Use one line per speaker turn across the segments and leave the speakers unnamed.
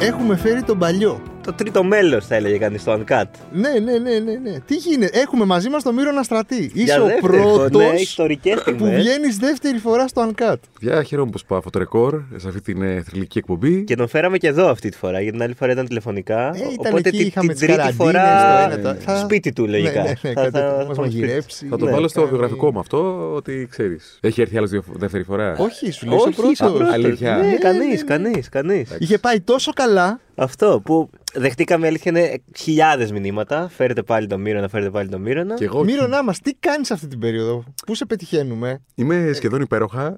έχουμε φέρει τον παλιό.
Το τρίτο μέλος, θα έλεγε κανείς στο Uncut.
Ναι, ναι, ναι, ναι, ναι. Τι γίνεται, έχουμε μαζί μας τον Μύρο Αναστρατή. Είσαι
Για
ο
δεύτερη ναι,
πρώτο
χρονιά, ιστορικές
που
στιγμές.
βγαίνεις δεύτερη φορά στο Uncut.
Γεια, χαίρομαι που πάω αυτό το ρεκόρ σε αυτή την ε, θρηλυκή εκπομπή.
Και τον φέραμε και εδώ αυτή τη φορά, γιατί την άλλη φορά ήταν τηλεφωνικά.
Ε, ήταν
οπότε
εκεί,
τη-
είχαμε
την
τις
τρίτη
καραντίνες,
φορά
το ένα, το- θα-
σπίτι του
Ναι,
λογικά.
ναι, ναι, κάτι τέτοιο. Μας
μας
μαγειρέψει.
Θα το
Ναι,
βάλω στο
κάνει.
βιογραφικό μου αυτό, ότι ξέρεις. Έχει έρθει άλλος δύο- δεύτερη φορά.
Όχι, σου λέει
Όχι,
ο
είσαι
πρώτος.
πρώτος.
Α, Αλήθεια. Ε.
Ναι,
Ναι,
κανείς, κανείς, κανείς.
Είχε πάει τόσο καλά.
Αυτό που δεχτήκαμε, αλήθεια είναι χιλιάδες μηνύματα. Φέρετε πάλι τον Μύρονα, φέρετε πάλι τον Μύρονα.
Και εγώ
Μύρο να μας, τι κάνεις αυτή την περίοδο, πού σε πετυχαίνουμε.
είμαι σχεδόν υπέροχα.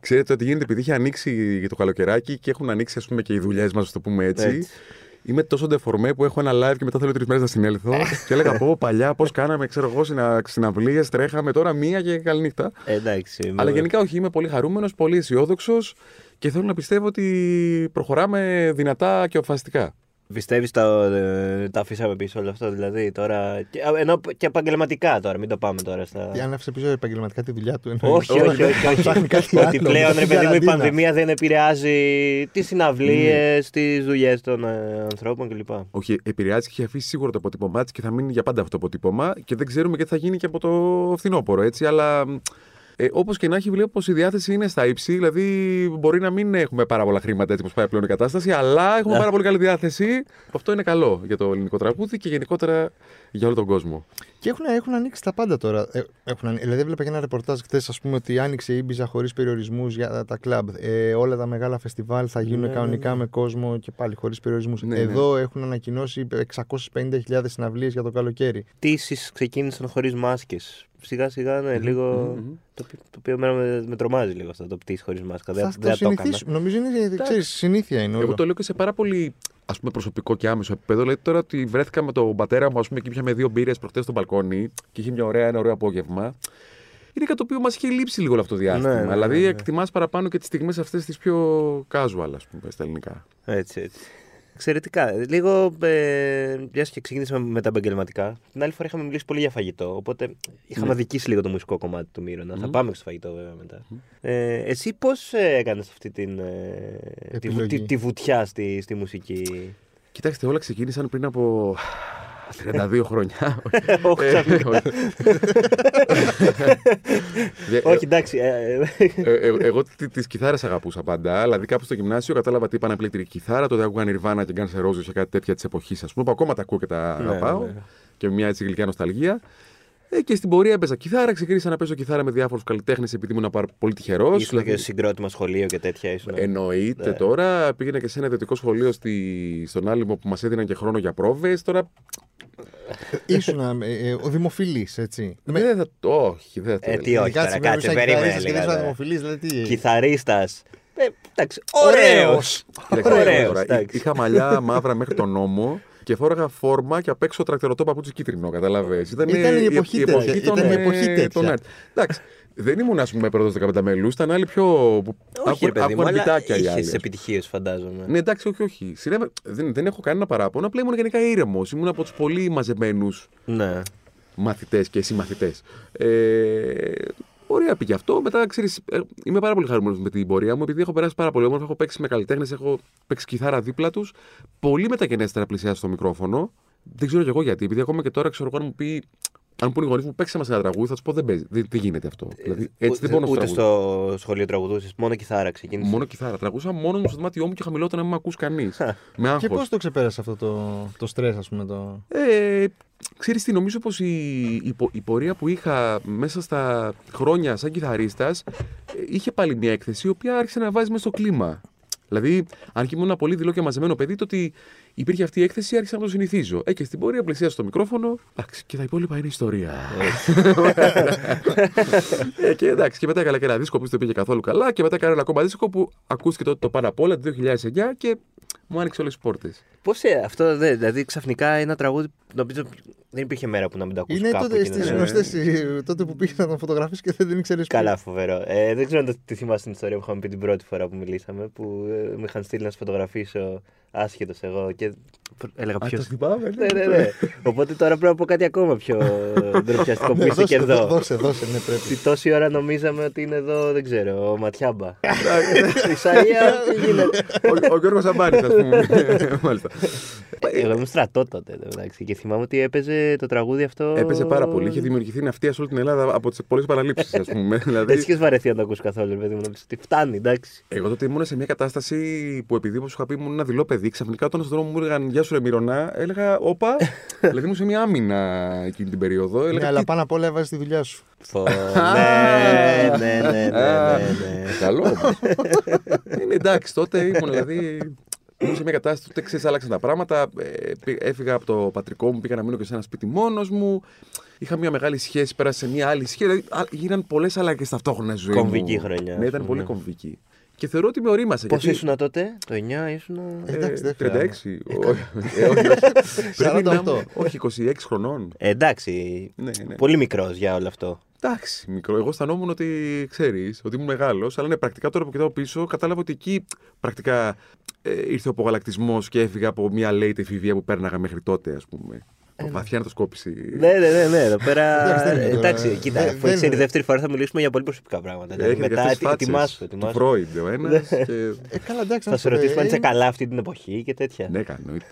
Ξέρετε ότι γίνεται επειδή έχει ανοίξει το καλοκαιράκι και έχουν ανοίξει ας πούμε, και οι δουλειές μας, το πούμε έτσι.
Έτσι.
Είμαι τόσο ντεφορμέ που έχω ένα live και μετά θέλω τρεις μέρες να συνέλθω. και έλεγα πω παλιά πώς κάναμε, ξέρω εγώ, συνα- συναυλίες, τρέχαμε τώρα μία και καληνύχτα.
Ε, Εντάξει. είμαι-
Αλλά γενικά όχι, είμαι πολύ χαρούμενος, πολύ αισιόδοξος και θέλω να πιστεύω ότι προχωράμε δυνατά και αποφασιστικά.
Πιστεύει τα, ε, τα αφήσαμε πίσω όλα αυτά, δηλαδή τώρα. και- α, Ενώ και επαγγελματικά τώρα, μην το πάμε τώρα στα.
Τι αν άφησε πίσω επαγγελματικά τη δουλειά του. εννοείς.
Όχι, όχι, όχι. όχι.
Ψάχνει κάτι
Ότι
άλλο,
πλέον ρε παιδί μου η
καραντίνα. Mm.
πανδημία δεν επηρεάζει τις συναυλίες, τις δουλειές των ε, ανθρώπων κλπ.
Όχι, επηρεάζει και έχει αφήσει σίγουρα το αποτύπωμά της και θα μείνει για πάντα αυτό το αποτύπωμα και δεν ξέρουμε και τι θα γίνει και από το φθινόπωρο, έτσι. Αλλά ε, όπως και να έχει, βλέπω πως η διάθεση είναι στα ύψη. Δηλαδή, μπορεί να μην έχουμε πάρα πολλά χρήματα έτσι όπως πάει πλέον η κατάσταση, αλλά έχουμε πάρα πολύ καλή διάθεση. Αυτό είναι καλό για το ελληνικό τραγούδι και γενικότερα για όλο τον κόσμο.
Και έχουν, έχουν ανοίξει τα πάντα τώρα. Ε, έχουν, ανοί- δηλαδή, έβλεπα και ένα ρεπορτάζ χθες, ας πούμε, ότι άνοιξε η Ήμπιζα χωρίς περιορισμούς για τα κλαμπ. Ε, όλα τα μεγάλα φεστιβάλ θα
Ναι,
γίνουν κανονικά με κόσμο και πάλι χωρίς περιορισμούς.
Ναι, ναι.
Εδώ έχουν ανακοινώσει 650.000 συναυλίες για το καλοκαίρι.
Πτήσεις ξεκίνησαν χωρίς μάσκες. Σιγά σιγά
Mm-hmm,
ναι, λίγο. Το, ποι- το οποίο εμένα με, με τρομάζει λίγο αυτό το πτήσει χωρίς μάσκα. Δεν,
θα το
δεν το έκανα.
συνηθίσουμε. Νομίζω είναι ξέρεις, συνήθεια είναι όλο.
Εγώ το λέω και σε πάρα πολύ ας πούμε, προσωπικό και άμεσο επίπεδο. Δηλαδή, τώρα ότι βρέθηκα με τον πατέρα μου, ας πούμε, και πιάμε δύο μπύρες προχτές στο μπαλκόνι και είχε μια ωραία, ένα ωραίο απόγευμα. Είναι κάτι το οποίο μας είχε λείψει λίγο όλο αυτό το διάστημα.
Ναι, ναι, ναι,
δηλαδή,
ναι.
εκτιμάς παραπάνω και τις στιγμές αυτές τις πιο casual, ας πούμε, στα ελληνικά.
Έτσι, έτσι. Εξαιρετικά. Λίγο, ε, μια και ξεκίνησαμε με τα επαγγελματικά. Την άλλη φορά είχαμε μιλήσει πολύ για φαγητό. Οπότε είχαμε
Ναι.
αδικήσει λίγο το μουσικό κομμάτι του Μύρονα. Θα πάμε στο φαγητό, βέβαια, μετά. Ε, εσύ πώς ε, έκανες αυτή την, ε, τη, βου-
Επιλογή.
τη, τη βουτιά στη, στη μουσική.
Κοιτάξτε, όλα ξεκίνησαν πριν από 32 χρόνια.
Όχι,
Ε,
ξαφνικά.
όχι. Ε,
Όχι, εντάξει. ε, ε,
ε, ε, εγώ τι- τις κιθάρες αγαπούσα πάντα. Δηλαδή κάπου στο γυμνάσιο κατάλαβα τι είπα να πλήκτρη κιθάρα. Τότε άκουγα Nirvana και Guns N' Roses και κάτι τέτοια της εποχής, ας πούμε, που ακόμα τα ακούω και τα
Ναι,
αγαπάω.
ναι.
Και μια έτσι γλυκιά νοσταλγία. Ε, και στην πορεία έπαιζα κιθάρα, ξεκίνησα να παίζω κιθάρα με διάφορους καλλιτέχνες επειδή ήμουν πάρα πολύ τυχερός.
Ήσουν και συγκρότημα σχολείο και τέτοια. Ήσουν.
Ε, Εννοείται
Ναι.
τώρα. Πήγαινα και σε ένα ιδιωτικό σχολείο στη... στον Άλυμο που μας έδιναν και χρόνο για πρόβες. Τώρα.
Ήσουν ε, ε, ο δημοφιλής, έτσι.
Δεν θα... το- Όχι, δεν θα το
Ε,
έλεγα.
τι όχι, Ναι. τώρα, κάτσε, περίμενε.
Και δεν
λίγα τώρα.
ήσουν δημοφιλής, δηλαδή.
Κιθαρίστας. Ε, εντάξει,
Ωραίος.
ωραίος.
Κοίταξε,
Ωραίος,
τώρα,
εντάξει.
Είχα μαλλιά μαύρα μέχρι τον νόμο και φόραγα φόρμα και απ' έξω τρακτερωτό παπούτσι κίτρινο. Καταλάβες.
Ήταν η εποχή τέτοια,
των,
ήταν η
ε,
εποχή τέτοια.
των art. Εντάξει. Δεν ήμουν, ας πούμε, πρώτος 15 μελού, ήταν άλλοι πιο. που
Όχι, ρε
άκου-
παιδί μου,
άκουγαν
αλλά
πιτάκια οι άλλοι,
είχες
ας πούμε.
επιτυχίες φαντάζομαι.
Ναι, εντάξει, όχι, όχι. Συνέβα- δεν, δεν έχω κανένα παράπονο. Απλά ήμουν γενικά ήρεμος. Ήμουν από τους πολύ μαζεμένους
Ναι.
μαθητές και συμμαθητές. Ε, ωραία πήγε αυτό. Μετά ξέρεις, είμαι πάρα πολύ χαρούμενος με την πορεία μου, επειδή έχω περάσει πάρα πολύ όμορφα. Έχω παίξει με καλλιτέχνες, έχω παίξει κιθάρα δίπλα τους. Πολύ μεταγενέστερα πλησιάζει στο μικρόφωνο. Δεν ξέρω κι εγώ γιατί, επειδή ακόμα και τώρα ξέρω εγώ αν μου πει. Αν πούνε οι γονείς μου, παίξε μας ένα τραγούδι, θα τους πω δεν παίζει. Δεν, δεν γίνεται αυτό. Δηλαδή, έτσι δεν
Ούτε-
μπορώ
Ε,
να σου
Ούτε
τραγουδήσω.
στο σχολείο τραγουδούσες, μόνο κιθάρα ξεκίνησες.
Μόνο κιθάρα. Τραγούσα μόνο μου στο δωμάτιό μου και χαμηλότερα να μην με ακούς κανείς. με άγχος.
Και πώς το ξεπέρασε αυτό το, το στρες, ας πούμε. Το...
Ε, ξέρεις τι, νομίζω πως η, η, πο- η πορεία που είχα μέσα στα χρόνια σαν κιθαρίστας ε, είχε πάλι μια έκθεση η οποία άρχισε να βάζει μέσα στο κλίμα. Δηλαδή, αν και ήμουν ένα πολύ δηλό και μαζεμένο παιδί, το ότι υπήρχε αυτή η έκθεση άρχισα να το συνηθίζω. Ε, και στην πορεία πλησίασα στο μικρόφωνο. Εντάξει, και τα υπόλοιπα είναι ιστορία. ε, και εντάξει, και μετά έκανα και ένα δίσκο που δεν πήγε καθόλου καλά. Και μετά έκανα ένα ακόμα δίσκο που ακούστηκε τότε το πάνω απ' όλα το 2009 και μου άνοιξε όλες τις πόρτες.
Πώς αυτό, δε, δηλαδή ξαφνικά ένα τραγούδι. Νομίζω δεν υπήρχε μέρα που να μην το ακούσει.
Είναι
κάπου
τότε
εκείνο,
στις
ναι.
γνωστές, ε, τότε που πήγες να τον φωτογραφίσεις και δεν την ήξερες.
Καλά, φοβερό. Ε, δεν ξέρω αν το- τι θυμάσαι την ιστορία που είχαμε πει την πρώτη φορά που μιλήσαμε. Που ε, με είχαν στείλει να σε φωτογραφίσω άσχετος εγώ και πρ- έλεγα ποιος.
θυμάμαι.
Ναι, ναι, ναι. Οπότε τώρα πρέπει να πω κάτι ακόμα πιο ντροπιαστικό που είσαι και εδώ.
Ναι, Δώσε, δώσε, ναι, πρέπει.
Τι τόση ώρα νομίζαμε ότι είναι εδώ, δεν ξέρω, ο Ματιάμπα.
ε, ναι.
Ισαία, τι γίνεται.
Ο Γιώργο Αμπάρη, ας πούμε. Μάλιστα.
Ε, Εγώ ήμουν στρατό τότε, εντάξει, και θυμάμαι ότι έπαιζε το τραγούδι αυτό.
Έπαιζε πάρα πολύ. Είχε δημιουργηθεί ναυτία σε όλη την Ελλάδα από τις πολλές παραλήψεις, ας πούμε.
Δεν
δηλαδή,
είχες βαρεθεί να το ακούς καθόλου, ρε παιδί μου, να πεις ότι φτάνει, εντάξει.
εγώ τότε ήμουν σε μια κατάσταση που επειδή όπως σου είχα πει ήμουν ένα δειλό παιδί, ξαφνικά όταν στον δρόμο μου έλεγαν Γεια σου, Ρεμιρονά, έλεγα Όπα. δηλαδή ήμουν σε μια άμυνα εκείνη την περίοδο.
Ναι,
Έλεγα,
αλλά
«Τι-
πάνω απ' όλα έβαζες τη δουλειά σου.
Φω, ναι, ναι, ναι, ναι, ναι, ναι.
Καλό όμως. Είναι εντάξει, τότε ήμουν δηλαδή. Ήμουν σε μια κατάσταση που ξέρεις, άλλαξαν τα πράγματα. Ε, πή- Έφυγα από το πατρικό μου, πήγα να μείνω και σε ένα σπίτι μόνος μου. Είχα μια μεγάλη σχέση, πέρασα σε μια άλλη σχέση. Δηλαδή, α- γίναν πολλές αλλαγές ταυτόχρονα στη ζωή
Κομβική
μου.
χρονιά,
Ναι,
ας πούμε.
ήταν πολύ κομβική. Και θεωρώ ότι με ορίμασε.
Πώς
γιατί,
ήσουν τότε, το 9 ήσουν.
ε,
Εντάξει, δεν
36. όχι, ε, όχι, όχι. Πρέπει να
48.
είμαι- Όχι, 26 χρονών.
Ε, Εντάξει,
Ναι, ναι.
πολύ μικρός για όλο αυτό.
Εντάξει, μικρό. Εγώ αισθανόμουν ότι ξέρεις, ότι ήμουν μεγάλος, αλλά ναι, πρακτικά τώρα που κοιτάω πίσω, κατάλαβα ότι εκεί πρακτικά ε, ήρθε ο απογαλακτισμός και έφυγα από μια late εφηβεία που πέρναγα μέχρι τότε, ας πούμε. Βαθιά να το σκόπιση.
Ε, Ναι, ναι, ναι, ναι, εδώ
Ε,
πέρα.
Εντάξει, δεν είναι
Εντάξει,
τώρα.
κοίτα,
Δεν-
αφού
δεν
ξέρει
είναι.
η δεύτερη φορά θα μιλήσουμε για πολύ προσωπικά πράγματα.
Έχετε
Δηλαδή,
και
Μετά
αυτές τις
ετοι-
φάτσες
ετοιμάσου,
Του
ετοιμάσου. Ναι.
Φρόιντ ο ένας. και...
Ε, καλά, εντάξει.
Θα
να
σου
πω,
ρωτήσουμε αν
ε,
είσαι
είναι-
καλά αυτή την εποχή και τέτοια.
ναι, καλά, εννοείται.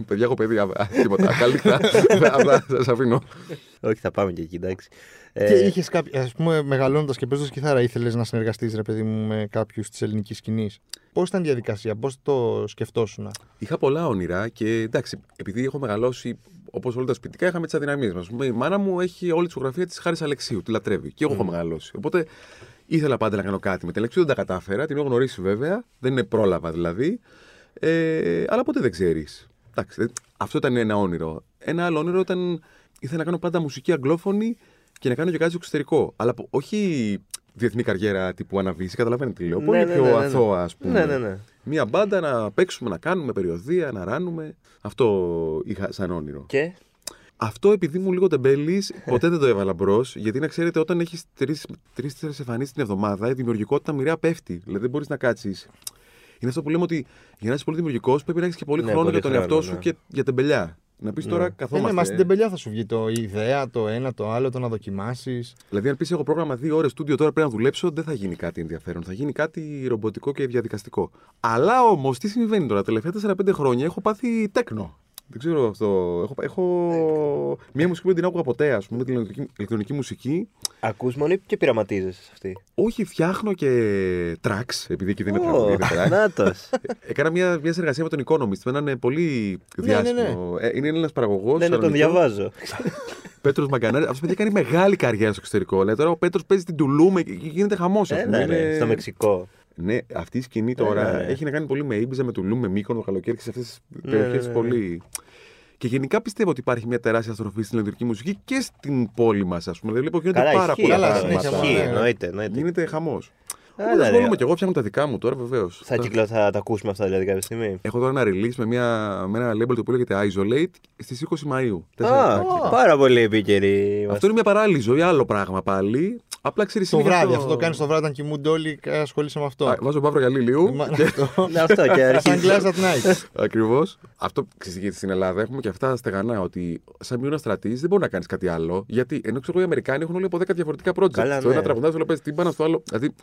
Παιδιά, έχω παιδί. α, α, Τίποτα. Καλή νύχτα. Αυτά σας αφήνω.
Όχι, θα πάμε και εκεί, εντάξει.
Και
Ε,
είχε κάποιο. Ας πούμε, μεγαλώνοντας και παίζοντας κιθάρα, ήθελες να συνεργαστείς, ρε παιδί μου, με κάποιους της ελληνικής σκηνής. Πώς ήταν η διαδικασία, πώς το σκεφτόσουν. Ε, ναι,
Είχα πολλά όνειρα και εντάξει, επειδή έχω μεγαλώσει όπως όλα τα σπιτικά, είχαμε τις αδυναμίες μας. Η μάνα μου έχει όλη τη ζωγραφία της Χάρης Αλεξίου, τη λατρεύει και εγώ έχω μεγαλώσει. Οπότε ήθελα πάντα να κάνω κάτι με την Αλεξίου, δεν τα κατάφερα, την έχω γνωρίσει βέβαια, δεν είναι πρόλαβα δηλαδή. Ε, αλλά ποτέ δεν ξέρεις. Εντάξει, δεν- αυτό ήταν ένα όνειρο. Ένα άλλο όνειρο ήταν ήθελα να κάνω πάντα μουσική αγγλόφωνη και να κάνω και κάτι στο εξωτερικό. Αλλά πο- όχι διεθνή καριέρα τύπου αναβίση, καταλαβαίνετε τι λέω.
Ναι,
Πολύ
ναι,
πιο
ναι, ναι, ναι.
αθώα, ας πούμε.
Ναι, ναι, ναι.
Μία μπάντα να παίξουμε, να κάνουμε περιοδία, να ράνουμε. Αυτό είχα σαν όνειρο.
Και.
Αυτό επειδή μου λίγο τεμπέλης, ποτέ δεν το έβαλα μπρος. Γιατί να ξέρετε, όταν έχεις τρει-τέσσερι εμφανίσεις την εβδομάδα, η δημιουργικότητα μοιραία πέφτει. Δηλαδή δεν μπορείς να κάτσεις. Είναι αυτό που λέμε ότι για να είσαι πολύ δημιουργικός πρέπει να έχεις και πολύ
Ναι,
χρόνο
πολύ
για τον
χρόνο,
εαυτό σου
ναι.
και για τεμπελιά. Να πεις τώρα
Ε, ναι,
καθόμαστε.
μα στην τεμπελιά θα σου βγει το η ιδέα, το ένα, το άλλο, το να δοκιμάσεις.
Δηλαδή, αν πεις έχω πρόγραμμα δύο ώρες στούντιο τώρα πρέπει να δουλέψω, δεν θα γίνει κάτι ενδιαφέρον. Θα γίνει κάτι ρομποτικό και διαδικαστικό. Αλλά όμως, τι συμβαίνει τώρα, τα τελευταία 4-5 χρόνια έχω πάθει τέκνο. Δεν ξέρω αυτό. Έχω, έχω... μία μουσική που δεν την άκουγα ποτέ, ας πούμε, την ηλεκτρονική, ηλεκτρονική μουσική.
Ακούς μόνο ή και πειραματίζεσαι σε αυτή.
Όχι, φτιάχνω και tracks, επειδή εκεί δεν ε. είναι
Ω, Ναι.
τραγούδι, είναι tracks.
νάτος.
Έκανα μια, μια συνεργασία με τον Economist, με έναν ε, πολύ
Ναι, ναι, ναι.
διάσημο. ε, Είναι ένα παραγωγός.
Ναι, ναι, τον διαβάζω.
Πέτρος Μαγκανάρη. Αυτός παιδιά κάνει μεγάλη καριέρα στο εξωτερικό. Δηλαδή τώρα ο Πέτρος παίζει την Τουλούμ και γίνεται χαμός.
Έλα, ρε, Ε, ναι, Στο Μεξικό.
Ναι, αυτή η σκηνή τώρα
ναι, ναι.
έχει να κάνει πολύ με Ήμπιζα, με Τουλούμ, με Μύκονο, το καλοκαίρι και σε αυτές τις
Ναι,
περιοχές
ναι, ναι,
πολύ. Και γενικά πιστεύω ότι υπάρχει μια τεράστια στροφή στην ηλεκτρική μουσική και στην πόλη μας, ας πούμε. Δηλαδή, λοιπόν, γίνονται
Καλά,
πάρα
ισχύει.
πολλά
Καλά,
αυτό,
συνέχεια,
πράγματα.
ισχύει,
ναι, ναι.
εννοείται, εννοείται.
Γίνεται χαμός.
Άρα,
Όλα
ρε.
ασχολούμαι και εγώ, φτιάχνω τα δικά μου τώρα, βεβαίως.
Θα κυκλο- θα τα ακούσουμε αυτά δηλαδή κάποια στιγμή.
Έχω τώρα ένα release με, μια, με ένα label το οποίο λέγεται Isolate στις 20 Μαου.
Α, πάρα πολύ επίκαιρη. είμαστε.
Αυτό είναι μια παράλληλη ζωή, άλλο πράγμα πάλι. Απλά ξέρεις.
Το βράδυ, αυτό το κάνεις το βράδυ, όταν κοιμούνται όλοι, ε, ασχολείσαι με αυτό. Ε,
Βάζω παύρο γυαλίλιου.
Μα- αυτό.
Ναι, Αυτό και
Σαν
αρχίζει.
glass at night.
Ακριβώς. Αυτό ξέρεις, γιατί στην Ελλάδα έχουμε και αυτά στεγανά. Ότι σαν μείωνα στρατή δεν μπορεί να κάνεις κάτι άλλο. Γιατί ενώ ξέρω εγώ οι Αμερικάνοι έχουν όλοι από 10 διαφορετικά project.
Καλά,
στο
ναι.
ένα τραγουδάζει, στο άλλο παίζεις τύμπανα, στο άλλο. Δηλαδή.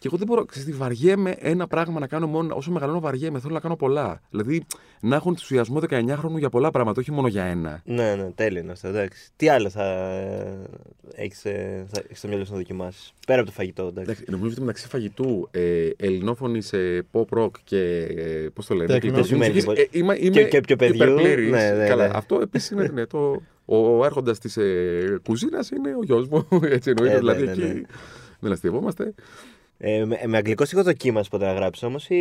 Και εγώ δεν μπορώ. Ξέρεις, τι, βαριέμαι ένα πράγμα να κάνω μόνο. Όσο μεγαλώνω, βαριέμαι. Θέλω να κάνω πολλά. Δηλαδή να έχω ενθουσιασμό 19χρονου για πολλά πράγματα, όχι μόνο για ένα.
Ναι, ναι, τέλειο είναι αυτό, εντάξει. Τι άλλο θα ε, έχεις στο μυαλό σου να δοκιμάσεις. Πέρα από το φαγητό, εντάξει.
Εντάξει, νομίζω ότι μεταξύ φαγητού, ε, ελληνόφωνη ε, pop rock και. Ε, Πώς το λένε,
Τέκνο.
κλασικής
Δεν σημαίνει
μουσικής,
τίποτα.
ε, είμαι, είμαι
Και- και πιο παιδιού.
υπερπλήρης.
Ναι, ναι,
Καλά,
ναι.
αυτό επίσης είναι. Ναι, το, ο άρχοντα της ε, κουζίνας είναι ο γιος μου. Έτσι εννοείται.
Ε, ναι,
δηλαδή
ναι, ναι.
εκεί. Δεν αστευόμαστε.
Ε, με, με αγγλικό στίχο δοκίμασε ποτέ να γράψει όμως. Ή...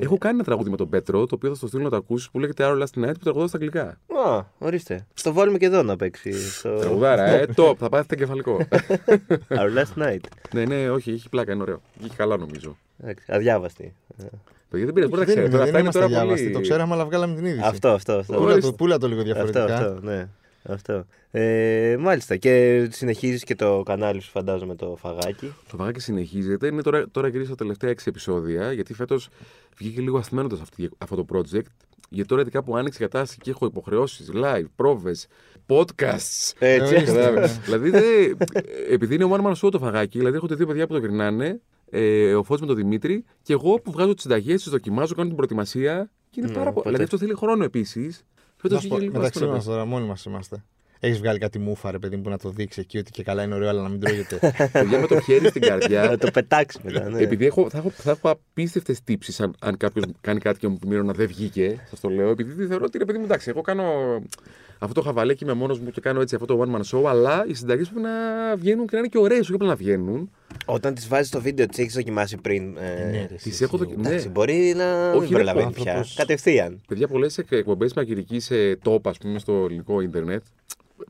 Έχω κάνει ένα τραγούδι με τον Πέτρο, το οποίο θα στο στείλω να το ακούσεις, που λέγεται Arrow Last Night, που τραγουδάω στα αγγλικά.
Α, ορίστε. Στο βάλουμε και εδώ να παίξει. Στο...
Τραγουδάρα, ε, top, θα πάθετε κεφαλικό.
Our last night.
ναι, ναι, όχι, έχει πλάκα, είναι ωραίο. Είχε καλά νομίζω.
Εντάξει, Αδιάβαστη. Ε,
Παιδιά δεν πειράζει, μπορεί να
Δεν-
Ε, ξέρετε.
Δεν
Αυτά είναι
είμαστε
τώρα
διάβαστοι.
πολύ.
Το ξέραμε, αλλά βγάλαμε την είδηση.
Αυτό, αυτό. αυτό.
Πούλα
Ορίστε.
το, πούλα το λίγο
Αυτό,
διαφορετικά.
αυτό, ναι. Αυτό. Ε, μάλιστα. Και συνεχίζεις και το κανάλι σου, φαντάζομαι, το φαγάκι.
Το βαγάκι συνεχίζεται. Είναι τώρα, τώρα γυρίσα τα τελευταία 6 επεισόδια, γιατί φέτος βγήκε λίγο ασθμένοντα αυτό το project. Γιατί τώρα ειδικά που άνοιξε η κατάσταση και έχω υποχρεώσεις, live, πρόβες, podcasts.
Έτσι.
ορίστε.
Κατάλαβες.
Ναι.
δηλαδή, δεν- επειδή είναι one man show το φαγάκι, δηλαδή έχω τα δύο παιδιά που το γυρνάνε, ε, ο Φώτης με τον Δημήτρη, και εγώ που βγάζω τις συνταγές, τις δοκιμάζω, κάνω την προετοιμασία. Και είναι
Ναι,
πάρα πολύ.
οπότε-
Δηλαδή αυτό θέλει χρόνο επίσης. Φέτο
Να σου πω,
βγήκε λίγο
μεταξύ μα
ασθμένοντας.
τώρα, μόνοι μας είμαστε. Έχεις βγάλει κάτι μούφα, ρε παιδί μου, που να το δείξει εκεί ότι και καλά είναι ωραίο, αλλά να μην τρώγεται.
Παιδιά με το χέρι στην
Ε,
καρδιά.
Να το πετάξεις μετά. Ναι.
Επειδή έχω, θα, έχω, θα έχω απίστευτες τύψεις αν, αν κάποιος κάνει κάτι και μου πει να δεν βγήκε. Σας το λέω. Επειδή τη θεωρώ ότι ρε παιδί μου, εντάξει, εγώ κάνω αυτό το χαβαλέκι με μόνος μου και κάνω έτσι αυτό το one man show. Αλλά οι συνταγές πρέπει να βγαίνουν και να είναι και ωραίες, όχι απλά να βγαίνουν.
Όταν τις βάζεις στο βίντεο, τις έχεις δοκιμάσει πριν. Ε,
Ναι, ρε,
Τι
εσύ,
έχω
εσύ,
δοκιμάσει.
εντάξει,
ναι.
μπορεί να
Όχι,
μην
ρε,
προλαβαίνει
ο
πια.
άνθρωπος-
Κατευθείαν.
Παιδιά, πολλές εκπομπές μαγειρική ε, τόπα, ας πούμε, στο ελληνικό ίντερνετ.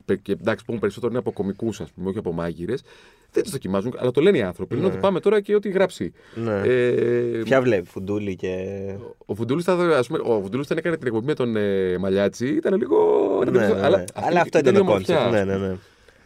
πε- Και εντάξει, που περισσότερο είναι από κομικούς, ας πούμε, όχι από μάγειρες. Δεν τις δοκιμάζουν, αλλά το λένε οι άνθρωποι. Λένε ότι πάμε τώρα και ό,τι γράψει.
Ναι.
Ε,
Ποια βλέπεις, φουντούλη και.
Ο Βουντούλη θα, ας πούμε, ο Βουντούλης όταν έκανε την εκπομπή με τον ε, Μαλιάτσι ήταν λίγο.
Ναι, ναι, ναι. Αλλά, αυτό ήταν
ήταν
το
η ομορφιά,
κόνσεπτ.
ας
Ναι,
πούμε.
ναι, ναι.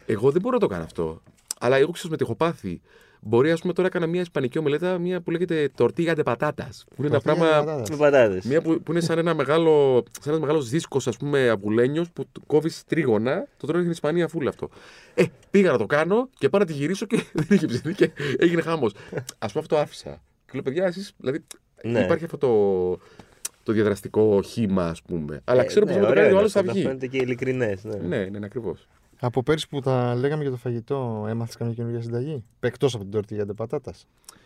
Εγώ δεν μπορώ να το κάνω αυτό. Αλλά εγώ ξέρω με τι έχω πάθει. Μπορεί, ας πούμε, τώρα έκανα μια ισπανική ομελέτα μια που λέγεται τορτίγα de πατάτας. Που είναι ένα
Τορτίγα de
πράγμα.
πατάτας.
Με πατάτες.
Μια που, που είναι σαν ένα μεγάλο, σαν ένας μεγάλος δίσκος ας πούμε αμπουλένιος που κόβεις τρίγωνα, το τρώνε στην Ισπανία φούλα αυτό. Ε, πήγα να το κάνω και πάω να τη γυρίσω και δεν είχε ψηθεί και έγινε χάμος. Ας πούμε αυτό άφησα. Και λέω παιδιά εσείς, δηλαδή
Ναι.
υπάρχει αυτό το, το διαδραστικό χήμα ας πούμε. Αλλά
Ε,
ξέρω πως
ναι,
ναι, το
ωραίο
κάνει
είναι
ο άλλος θα
αυτό, να
βγει.
Φαίνεται και ειλικρινές, Ναι.
Ναι, ναι, ναι, ακριβώς.
από πέρσι που τα λέγαμε για το φαγητό, έμαθες καμία καινούργια συνταγή. Εκτός από την τόρτη για την πατάτα.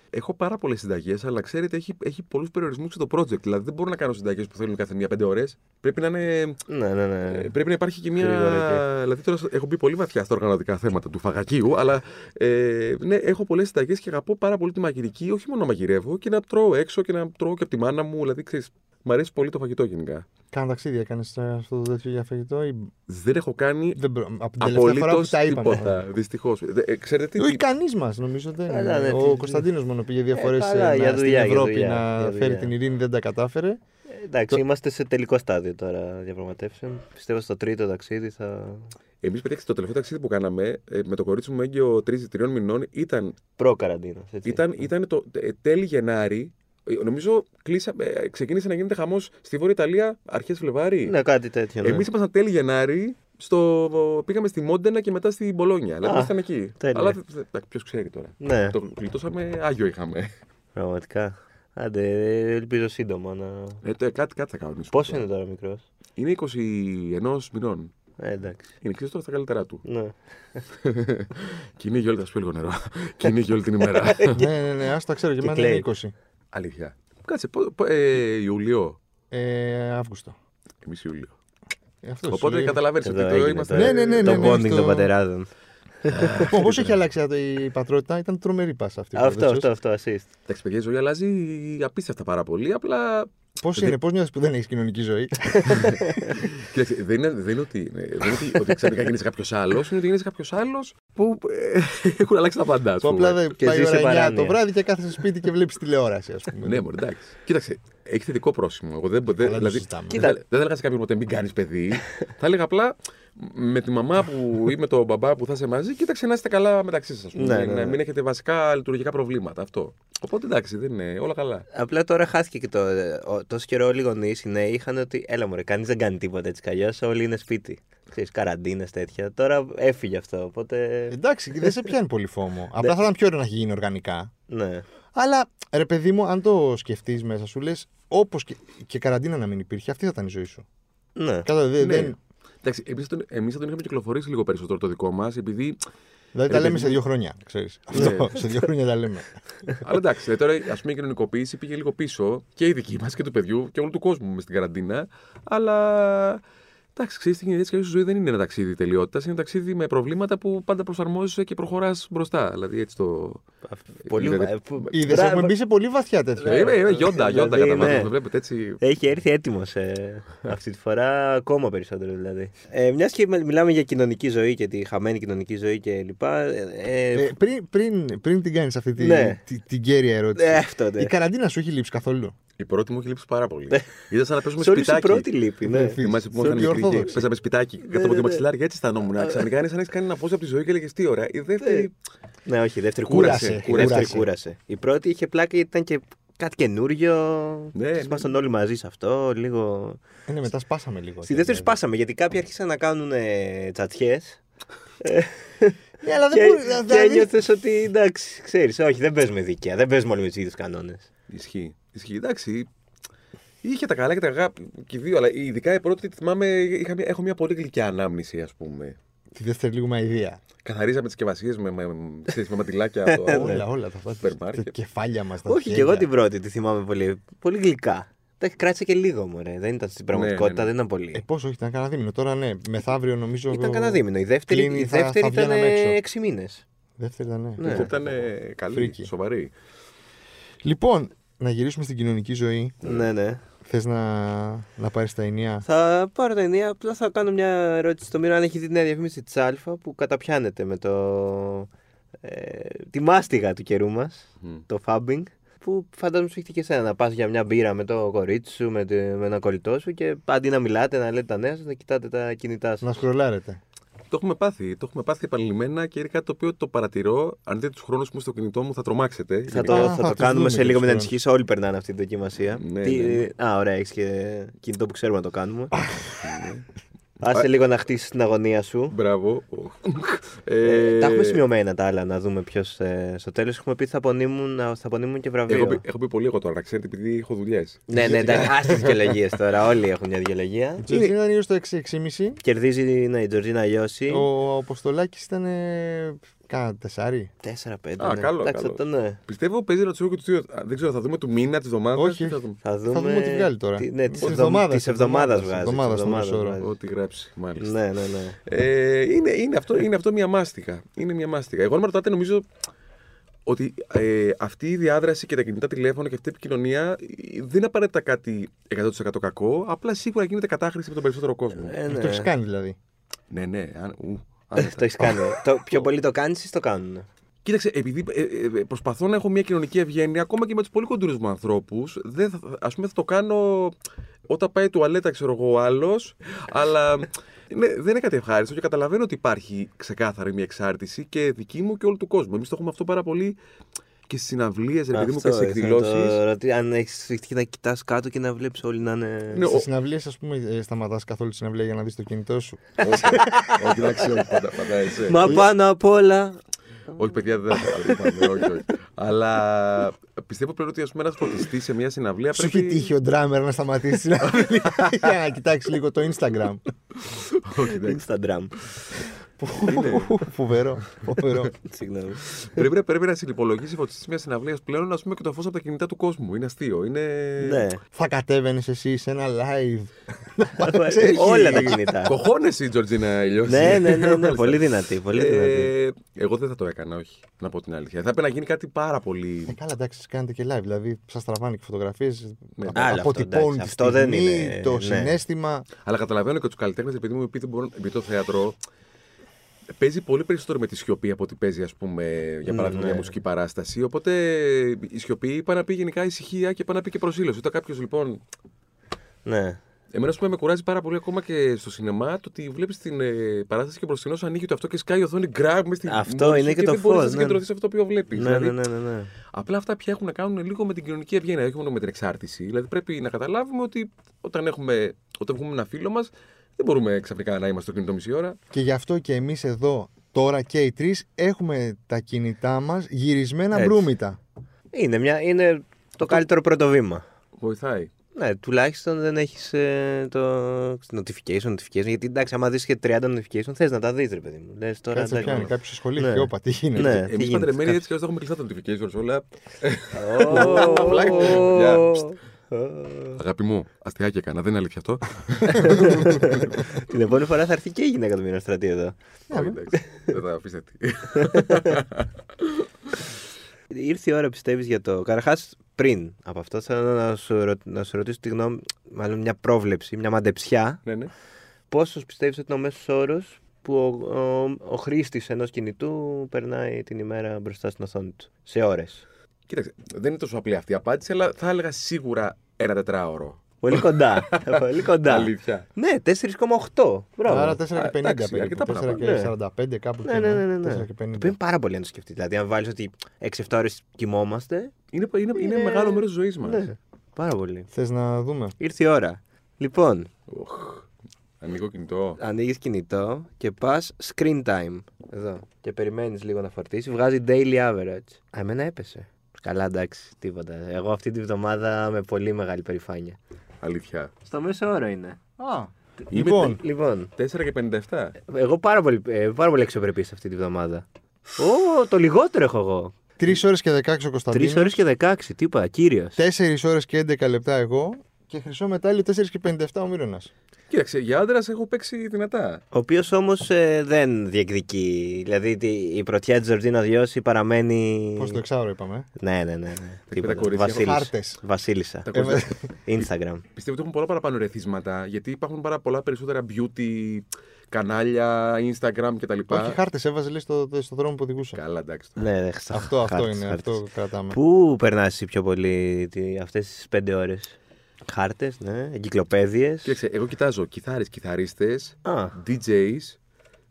Έχω πάρα πολλές συνταγές, αλλά ξέρετε, έχει, έχει πολλούς περιορισμούς στο project. Δηλαδή, δεν μπορώ να κάνω συνταγές που θέλουν κάθε μία πέντε ώρες. Πρέπει να είναι
Ναι, ναι, ναι.
Ε, πρέπει να υπάρχει και μια.
Γρήγορα και-
Δηλαδή, τώρα έχω μπει πολύ βαθιά στα οργανωτικά θέματα του φαγακίου, αλλά ε, ναι, έχω πολλές συνταγές και αγαπώ πάρα πολύ τη μαγειρική. Όχι μόνο να μαγειρεύω, και να τρώω έξω και να τρώω και από τη μάνα μου. Δηλαδή, ξέρεις, μ' αρέσει πολύ το φαγητό γενικά.
Κάνω ταξίδια, έκανε αυτό το τέτοιο για φαγητό. Ή...
Δεν έχω κάνει
Δεν προ... Από την τελευταία φορά
απολύτως
που τα είπαμε. Ε,
τίποτα. Δυστυχώς. ξέρετε τι.
Όχι κανεί μας, νομίζω δεν.
Καλά,
είναι.
ναι,
ο
τι-
Κωνσταντίνος μόνο πήγε δύο
Ε,
φορές
καλά, για
στην
δουλειά, για
Ευρώπη
δουλειά,
να
για
φέρει
δουλειά.
την ειρήνη, δεν τα κατάφερε.
Ε, Εντάξει, είμαστε σε τελικό στάδιο τώρα διαπραγματεύσεων. Πιστεύω στο τρίτο ταξίδι θα.
Εμείς, παιδιά, το τελευταίο ταξίδι που κάναμε ε, με το κορίτσι μου έγκυο τρει- τριών μηνών ήταν
Προ-καραντίνα. έτσι.
Ήταν, ήταν το τε- τέλη Γενάρη. Ε, Νομίζω κλείσαμε, ε, ξεκίνησε να γίνεται χαμός στη Βόρεια Ιταλία αρχές Φλεβάρι.
Ναι, κάτι τέτοιο. ναι.
Εμείς ήμασταν τέλη Γενάρη. Στο... Πήγαμε στη Μόντενα και μετά στη Μπολόνια.
Α,
Δηλαδή ήμασταν εκεί.
τέλεια.
Αλλά ποιος ξέρει τώρα.
Ναι,
Το γλιτώσαμε, άγιο είχαμε.
πραγματικά. Άντε, ελπίζω σύντομα να.
Ε, το- κάτι, κάτι θα κάνουμε.
Πόσο είναι τώρα μικρός.
Είναι 21 μηνών.
Ε, εντάξει.
Είναι ξέρεις τώρα στα καλύτερά του.
Ναι.
Κυνήγει όλη, θα σου πει λίγο νερό. Κυνήγει όλη την ημέρα.
ναι, ναι, ναι, άστα ξέρω και
Και
εμένα είναι
κλαίει.
20
Αλήθεια. Κάτσε, πο- πο- ε, Ιούλιο.
ε, Αύγουστο.
Εμείς Ιούλιο.
Ε, αυτός σου
Οπότε
λέει.
καταλαβαίνει
Εδώ
ότι το
έγινε
είμαστε.
τώρα
Ναι, ναι, ναι,
Το
ναι, ναι,
bonding
αυτό-
των πατεράδων.
Πώ πώς έχει αλλάξει η πατρότητα, ήταν τρομερή πάσα αυτή.
Αυτό, αυτό, αυτό, assist.
Εντάξει, παιδιά, η ζωή αλλάζει απίστευτα πάρα πολύ. Απλά.
Πώς είναι, πώς νιώθεις που δεν έχεις κοινωνική ζωή.
Κοίταξε, δεν είναι, δεν είναι ότι, δεν είναι ότι, ότι ξαφνικά γίνει κάποιος άλλος, είναι ότι γίνει κάποιος άλλος που ε, έχουν αλλάξει τα πάντα. ας
Που
πούμε.
απλά δεν
Και
πάει η
ζει σε
ώρα 9
παράνοια.
το βράδυ και κάθεσαι σπίτι και βλέπεις τηλεόραση, ας πούμε.
Ναι, μωρέ, εντάξει. Κοίταξε, έχει θετικό πρόσημο. Εγώ δεν, δεν,
Καλά, το
δηλαδή,
συζητάμε.
δεν, θα- δεν θα έλεγα σε κάποιον ποτέ μην κάνεις παιδί. θα έλεγα απλά με τη μαμά που ή με τον μπαμπά που θα είσαι μαζί, κοίταξε να είστε καλά μεταξύ σας.
Ναι, ναι, ναι.
Να μην έχετε βασικά λειτουργικά προβλήματα. Αυτό. Οπότε εντάξει, δεν είναι όλα καλά.
Απλά τώρα χάθηκε και το. ε, ο- Τόσο καιρό όλοι οι γονείς οι νέοι είχαν ότι έλα μωρέ, κανείς δεν κάνει τίποτα έτσι κι αλλιώς. Όλοι είναι σπίτι. Ξέρεις, καραντίνες τέτοια. Τώρα έφυγε αυτό. Οπότε.
Εντάξει, δεν σε πιάνει πολύ φόμο. Απλά θα ήταν πιο ωραίο να έχει γίνει οργανικά.
Ναι.
Αλλά ρε παιδί μου, αν το σκεφτείς μέσα σου, λες όπως και, και καραντίνα να μην υπήρχε, αυτή θα ήταν η ζωή σου.
Ναι.
Κατά, δε,
Ναι.
Ε, δεν,
Εντάξει, εμείς, τον- εμείς θα τον είχαμε κυκλοφορήσει λίγο περισσότερο το δικό μας, επειδή
δηλαδή
Ρε
τα λέμε
παιδί
σε δύο χρόνια, ξέρεις.
Ναι.
Αυτό, σε δύο χρόνια τα λέμε.
Αλλά εντάξει, δηλαδή τώρα ας πούμε, η κοινωνικοποίηση πήγε λίγο πίσω και η δική μας και του παιδιού και όλου του κόσμου μες στην καραντίνα. Αλλά Εντάξει, ξέρεις τι γίνεται έτσι και αλλιώς η ζωή δεν είναι ένα ταξίδι τελειότητας. Είναι ένα ταξίδι με προβλήματα που πάντα προσαρμόζεσαι και προχωράς μπροστά. Δηλαδή έτσι το.
Πολύ
Δηλαδή,
βα- ε, που-
Είδες,
Μπράβο.
έχουμε μπει σε πολύ βαθιά τέτοια.
Ε, Είμαι, είμαι γιόντα, γιόντα
Ναι, Δηλαδή,
κατά βάθος,
ναι.
με βλέπετε έτσι.
Έχει έρθει έτοιμος αυτή τη φορά, ακόμα περισσότερο δηλαδή. Ε, Μιας και μι- μιλάμε για κοινωνική ζωή και τη χαμένη κοινωνική ζωή κλπ. Ε, ε,
Ε, πριν, πριν, πριν την κάνεις αυτή τη,
Ναι.
τη- την κέρια ερώτηση.
ε, αυτό ναι.
Η καραντίνα σου έχει λείψει καθόλου.
Η πρώτη μου έχει λείψει πάρα πολύ. Ήταν σαν να παίζουμε
Σε όλους η
σπιτάκι.
πρώτη λύπη. Ναι.
Φίλοι.
Θυμάσαι που
Σε
ήμασταν
όλη
μικροί και
Ορθόδοξη.
παίζαμε σπιτάκι
ναι,
κάτω από
ναι.
τη μαξιλάρια, έτσι αισθανόμουν. Ξαφνικά είναι σαν να έχει κάνει ένα πόζο από τη ζωή και έλεγε τι ωραία. Η δεύτερη.
ναι, όχι, η δεύτερη
Κούρασε,
κούρασε. Η
κούρασε.
δεύτερη κούρασε. Η πρώτη είχε πλάκα γιατί ήταν και κάτι καινούριο.
Ναι,
Ναι, Ήμασταν όλοι μαζί σε αυτό, λίγο.
Ε, ναι, μετά σπάσαμε λίγο. δηλαδή.
Στη δεύτερη σπάσαμε γιατί κάποιοι άρχισαν να κάνουν ε, τσατιές.
Ναι, αλλά
Και,
δεν μπορεί. δηλαδή-
και ένιωθες ότι εντάξει, ξέρεις, όχι, δεν παίζουμε δίκαια. Δεν παίζουμε όλοι με του ίδιου κανόνες.
Ισχύει. Ισχύει. Εντάξει. Είχε τα καλά και τα κακά και οι δύο, αλλά ειδικά η πρώτη τη θυμάμαι. Είχα, μια- έχω μια πολύ γλυκιά ανάμνηση, ας πούμε.
Τη δεύτερη λίγο με αηδία.
Καθαρίζαμε τι συσκευασίε με, με, ξέρεις, με μαντιλάκια. από το-
όλα, όλα τα
Σούπερ
φάτια.
μάρκετ.
Τα κεφάλια μας.
Ε, ναι. Όχι, και εγώ την πρώτη τη θυμάμαι πολύ, πολύ γλυκά. Τα κράτησε και λίγο, μωρέ. Δεν ήταν στην πραγματικότητα,
ναι, ναι.
δεν ήταν
Ε,
πολύ.
πόσο, όχι, ήταν κανένα δίμηνο. Τώρα ναι, μεθαύριο νομίζω.
ήταν κανένα δίμηνο. Η δεύτερη,
κλείνει,
η
θα-
δεύτερη
θα
ήταν
βγαίναμε έξω.
6 μήνες.
Δεύτερη ήταν, ναι.
Ναι.
Και Ήταν ε, καλή,
Φρίκι.
σοβαρή.
Λοιπόν, να γυρίσουμε στην κοινωνική ζωή.
Ναι, ναι.
Θες να, να πάρεις τα ενία.
Θα πάρω τα ενία. Απλά θα κάνω μια ερώτηση στο Μύρο αν έχει δει την νέα διαφήμιση της Α που καταπιάνεται με το. Ε, τη μάστιγα του καιρού μας,
Μμμ.
το φάμπινγκ. Που φαντάζομαι σου είχε και εσένα να πας για μια μπύρα με το κορίτσι σου, με, τη- με ένα κολλητό σου και αντί να μιλάτε, να λέτε τα νέα σας, να κοιτάτε τα κινητά σας.
Να σκρολάρετε.
Το έχουμε πάθει. Το έχουμε πάθει επανειλημμένα και είναι κάτι το οποίο το παρατηρώ. Αν δείτε τους χρόνους που είμαι στο κινητό μου, θα τρομάξετε.
Θα
Γενικά.
το,
Α,
θα
θα
το
τους
κάνουμε
δούμε
σε
και
λίγο
τους
με την
χρόνους.
ανησυχία. Όλοι περνάνε αυτή τη δοκιμασία.
Ναι,
Τι-
ναι, ναι.
Α, ωραία, έχεις και κινητό που ξέρουμε να το κάνουμε. Άσε λίγο να χτίσεις την αγωνία σου.
Μπράβο.
Ε,
Ε,
τα έχουμε σημειωμένα τα άλλα να δούμε ποιος. στο τέλος έχουμε πει θα απονείμουν, να- θα απονείμουν και βραβείο.
Έχω πει, έχω πει πολύ εγώ τώρα, να ξέρετε, επειδή έχω δουλειές.
Ναι, ναι, εντάξει, άσε τις δικαιολογίες τώρα. Όλοι έχουν μια δικαιολογία.
Η Τζορτζίνα ήταν γύρω στο 6,5.
Κερδίζει ναι, η Τζορτζίνα Ιώση.
Ο Αποστολάκης ήταν. ε, Κάνα τεσσάρι.
4-5.
Α,
ναι.
καλό,
Εντάξει,
καλό.
αυτό, ναι.
Πιστεύω παίζει ένα τσούκο και του δύο. Α, Δεν ξέρω, θα δούμε του μήνα, της εβδομάδας.
Όχι,
Θα
όχι.
δούμε.
Θα δούμε,
δούμε τι βγάλει τώρα.
τι- ναι,
Της
της εβδομάδας
εβδομάδας,
βγάζει.
της εβδομάδας, της εβδομάδας το
εβδομάδας
μέσο όρο.
βγάζει.
Ό,τι γράψει, μάλιστα.
Ναι, ναι, ναι.
Ε, είναι, είναι, αυτό, είναι αυτό μια μάστιγα. Είναι μια μάστιγα. Εγώ, αν με ρωτάτε, νομίζω ότι ε, αυτή η διάδραση και τα κινητά τηλέφωνα και αυτή η επικοινωνία ε, δεν είναι απαραίτητα κάτι 100% κακό. Απλά σίγουρα γίνεται κατάχρηση από τον περισσότερο κόσμο.
Ε,
Αυτό
ναι.
Το έχεις κάνει δηλαδή.
ναι, ναι. Αν, ου,
Το
άνετα.
έχεις κάνει. Το πιο πολύ το κάνεις ή το κάνουν.
Κοίταξε, επειδή ε, ε, προσπαθώ να έχω μια κοινωνική ευγένεια, ακόμα και με τους πολύ κοντούρου μου ανθρώπους, ας πούμε θα το κάνω όταν πάει τουαλέτα, ξέρω εγώ, ο άλλος. αλλά ναι, δεν είναι κάτι ευχάριστο και καταλαβαίνω ότι υπάρχει ξεκάθαρη μια εξάρτηση και δική μου και όλου του κόσμου. Εμείς το έχουμε αυτό πάρα πολύ και στι συναυλίες, ρε Ναι, παιδί μου, και
Αυτό
στι
ήθελα να το
εκδηλώσεις.
ρωτήσω. Αν έχεις και να κοιτάς κάτω και να βλέπεις όλοι να είναι.
Ναι,
Στις
ο-
συναυλίες, ας πούμε, σταματάς καθόλου τη συναυλία για να δεις το κινητό σου.
Όχι, εντάξει, όχι, πάντα, πάντα έτσι.
Μα πάνω απ' όλα.
Όχι, παιδιά, δεν θα λυπάμαι, όχι, όχι. Αλλά πιστεύω πλέον ότι ένας φωτιστής σε μια συναυλία
Ε,
Σου έχει τύχει ο ντράμερ να σταματήσει την αυλή για να κοιτάξεις λίγο το Instagram.
Όχι, εντάξει.
Instagram.
Φοβερό. Φοβερό.
Συγγνώμη.
πρέπει, να- πρέπει να συλληπολογήσει φωτιστή μιας συναυλίας πλέον, ας πούμε, και το φως από τα κινητά του κόσμου. Είναι αστείο. Είναι...
Ναι.
Θα κατέβαινες εσύ σε ένα live.
Όλα τα κινητά.
Κοχώνεσαι η Τζορτζίνα Ελιώση.
Ναι, ναι, ναι, ναι. Πολύ δυνατή. Πολύ δυνατή.
Ε, εγώ δεν θα το έκανα, όχι. Να πω την αλήθεια. Θα έπρεπε να γίνει κάτι πάρα πολύ.
Ε, καλά, εντάξει, κάνετε και live. Δηλαδή, σας τραβάνε και φωτογραφίες.
Ναι.
απο-
Άλλο αυτό,
Αποτυπώνουν τη
εντάξει, αυτό δεν
στιγμή,
είναι,
το
ναι.
συνέστημα.
Αλλά καταλαβαίνω και τους καλλιτέχνες, επειδή μου επειδή μπορούν- επειδή το θέατρο. Παίζει πολύ περισσότερο με τη σιωπή από ότι παίζει, ας πούμε, για παράδειγμα,
ναι.
μια μουσική παράσταση. Οπότε η σιωπή πάει να πει γενικά ησυχία και πάει να πει και προσήλωση. Όταν κάποιος λοιπόν
Ναι.
Εμένα, ας πούμε, με κουράζει πάρα πολύ ακόμα και στο σινεμά το ότι βλέπεις την ε, παράσταση και μπροστινός σου ανοίγει το αυτό και σκάει η οθόνη γκραβ με στην
Αυτό
μόνη σου
είναι και το
δεν μπορείς
φως,
να
ναι.
συγκεντρωθείς σε αυτό το οποίο βλέπεις.
Ναι, ναι, ναι, ναι, ναι.
Απλά αυτά πια έχουν να κάνουν λίγο με την κοινωνική ευγένεια, όχι μόνο με την εξάρτηση. Δηλαδή πρέπει να καταλάβουμε ότι όταν, έχουμε, όταν βγούμε με ένα φίλο μας, δεν μπορούμε ξαφνικά να είμαστε στο κινητό μισή ώρα.
Και γι' αυτό και εμείς εδώ, τώρα και οι τρεις, έχουμε τα κινητά μας γυρισμένα
Έτσι.
μπρούμητα.
Είναι, μια, είναι το καλύτερο πρώτο βήμα.
Βοηθάει.
Ναι, τουλάχιστον δεν έχεις το notification, notification. Γιατί εντάξει, άμα δεις και 30 notification, θες να τα δεις, ρε παιδί μου. Λες, τώρα,
Κάτσε να
εντάξει.
πιάνει κάποιος σχολείο
Ναι.
και όπα, τι γίνεται.
Ναι. Ε, τι
Εμείς
γίνεται,
παντρεμένοι
κάτι-
έτσι και αλλιώ έχουμε κλειστά τα notifications όλα.
Ω,
Απλά,
ω,
γεια, ψτ.
Ε.
Αγάπη μου, αστιάκια έκανα, δεν είναι αλήθεια αυτό.
Την επόμενη φορά θα έρθει και η γυναίκα του μήνα στρατή εδώ.
Όχι, εντάξει. Δεν θα αφήσετε.
Ήρθε η ώρα, πιστεύεις, για το. Καταρχάς, πριν από αυτό, θέλω να σου, ρω- να σου ρωτήσω τη γνώμη, μάλλον μια πρόβλεψη, μια μαντεψιά.
Ναι, ναι.
Πόσο πιστεύεις ότι είναι ο μέσος όρος που ο, ο, ο χρήστης ενός κινητού περνάει την ημέρα μπροστά στην οθόνη του. Σε ώρες.
Κοίταξε, δεν είναι τόσο απλή αυτή η απάντηση, αλλά θα έλεγα σίγουρα ένα τετράωρο.
Πολύ κοντά. πολύ κοντά.
Αλήθεια.
ναι, 4,8. Μπράβο.
Άρα 4 και 50
εντάξει,
περίπου.
αρκετά
4
πράγματα,
και
ναι.
45 κάπου.
Ναι,
εκεί,
ναι, ναι, ναι, ναι.
4 και 50.
Το είναι πάρα πολύ να το σκεφτεί. Δηλαδή, αν βάλεις ότι 6-7 ώρες κοιμόμαστε.
Είναι, είναι, είναι,
Είναι-
μεγάλο μέρος της ζωής μας.
Ναι. Πάρα πολύ.
Θες να δούμε.
Ήρθε η ώρα. Λοιπόν,
Ανοίγω κινητό.
ανοίγεις κινητό και πας screen time. Εδώ. Και περιμένεις λίγο να φορτίσει. Βγάζει daily average. Α, εμένα έπεσε. Καλά, εντάξει, τίποτα. Εγώ αυτή τη βδομάδα με πολύ μεγάλη περηφάνεια.
Αλήθεια.
Στο μέσο όρο είναι.
Α,
Είμαι
λοιπόν,
Λοιπόν,
4 και 57.
εγώ πάρα πολύ, ε, πάρα πολύ αξιοπρεπής αυτή τη βδομάδα. Ω, το λιγότερο έχω εγώ.
3 ώρες και 16 ο Κωνσταντίνο.
3 ώρες και 16, τι είπα, κύριος.
4 ώρες και 11 λεπτά εγώ και χρυσό μετάλλιο 4 και 57 ο Μύρονας.
Κοίταξε, για άντρας έχω παίξει δυνατά.
Ο οποίος όμως δεν διεκδικεί. Δηλαδή τη- η πρωτιά της Ζορτίνα Διώση παραμένει.
Πώς το εξάωρο είπαμε. ε?
Ναι, ναι, ναι. ναι. Τίποτα.
κορίτσια έχουν
Βασίλισσα.
χάρτες.
Βασίλισσα. Ε,
Τα κορίτσια-
Instagram.
Πιστεύω ότι έχουν πολλά παραπάνω ρεθίσματα γιατί υπάρχουν πάρα πολλά περισσότερα beauty, κανάλια, Instagram κτλ.
Όχι, χάρτες έβαζε λέει στο, στο δρόμο που οδηγούσε.
Καλά, εντάξει. τώρα.
ναι, ναι, χ-
Αυτό, αυτό
χάρτες,
είναι,
χάρτες.
αυτό κρατάμε.
Πού περνάς πιο πολύ αυτές τις πέντε ώρες. Χάρτες, ναι, εγκυκλοπαίδειες.
Κοίταξε, εγώ κοιτάζω κιθάρες, κιθαρίστες,
Α.
DJs.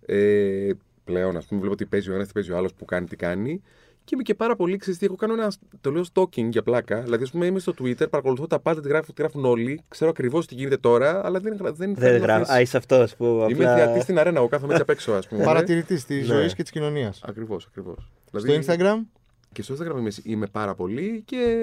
Ε, πλέον, ας πούμε, βλέπω τι παίζει ο ένας, τι παίζει ο άλλος, που κάνει, τι κάνει. Και είμαι και πάρα πολύ ξέρεις τι, Εγώ κάνω ένα το λέω stalking για πλάκα. Δηλαδή, ας πούμε, είμαι στο Twitter, παρακολουθώ τα πάντα, τι γράφουν, τι γράφουν όλοι. Ξέρω ακριβώς τι γίνεται τώρα, αλλά δεν, δεν,
Δεν
θέλω να
γράφει.
αφήσω.
Α, είσαι αυτός που
Είμαι
απλά.
θεατής στην αρένα, εγώ κάθομαι έτσι απ' έξω, ας πούμε.
Παρατηρητής της
Ναι.
ζωής και της κοινωνίας.
Ακριβώς, ακριβώς.
Στο Instagram,
Δηλαδή, Και στο Instagram είμαι, είμαι πάρα πολύ και.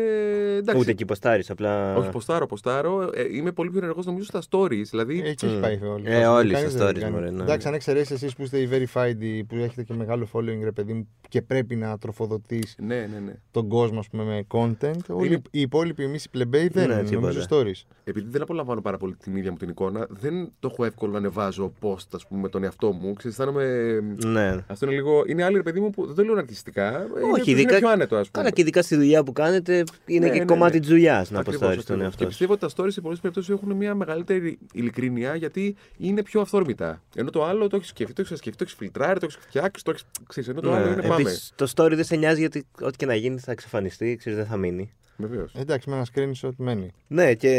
Εντάξει,
Ούτε εκεί ποστάρεις, απλά.
Όχι, ποστάρω, ποστάρω. Ε, είμαι πολύ πιο ενεργός νομίζω στα stories. Δηλαδή.
εκεί έχει
Μμ.
πάει όλοι.
Ε, όλοι
Κανείς
στα
δεν
stories,
κάνει.
μωρέ, ναι.
Εντάξει, αν εξαιρέσεις εσείς που είστε οι verified, οι- που έχετε και μεγάλο following, ρε παιδί μου, και πρέπει να τροφοδοτείς
Ναι, ναι, ναι.
τον κόσμο ας πούμε, με content. Όλοι
Είναι-
οι υπόλοιποι εμείς οι πλεμπέοι δεν
Ναι,
είναι, νομίζω
τίποτα.
stories.
Επειδή δεν απολαμβάνω πάρα πολύ την ίδια μου την εικόνα, δεν το έχω εύκολο να ανεβάζω post, ας πούμε, με τον εαυτό μου. Ξέρεις, αισθάνομαι.
Ναι.
Αυτό είναι λίγο. Είναι άλλοι, ρε παιδί μου, που δεν το λέω αρκιστικά.
Όχι,
είναι,
ειδικά-
είναι πιο άνετο, ας πούμε.
Καλά, και ειδικά στη δουλειά που κάνετε είναι
Ναι,
και
ναι,
κομμάτι
ναι.
της δουλειάς να
Ακριβώς,
αποστάρεις τον
ακριβώς. Και
εαυτό σου.
πιστεύω ότι τα stories σε πολλές περιπτώσεις έχουν μια μεγαλύτερη ειλικρίνεια γιατί είναι πιο αυθόρμητα. Ενώ το άλλο το έχεις σκεφτεί, το έχεις σκεφτεί, το έχεις φιλτράρει, το έχεις φτιάξει, το έχεις. Ξέρεις, ενώ το
Ναι.
άλλο είναι πάμε.
Επίσης, το story δεν σε νοιάζει γιατί ό,τι και να γίνει θα εξαφανιστεί, ξέρεις, δεν θα μείνει.
Βεβαίως.
Εντάξει, με ένα screenshot μένει.
Ναι, και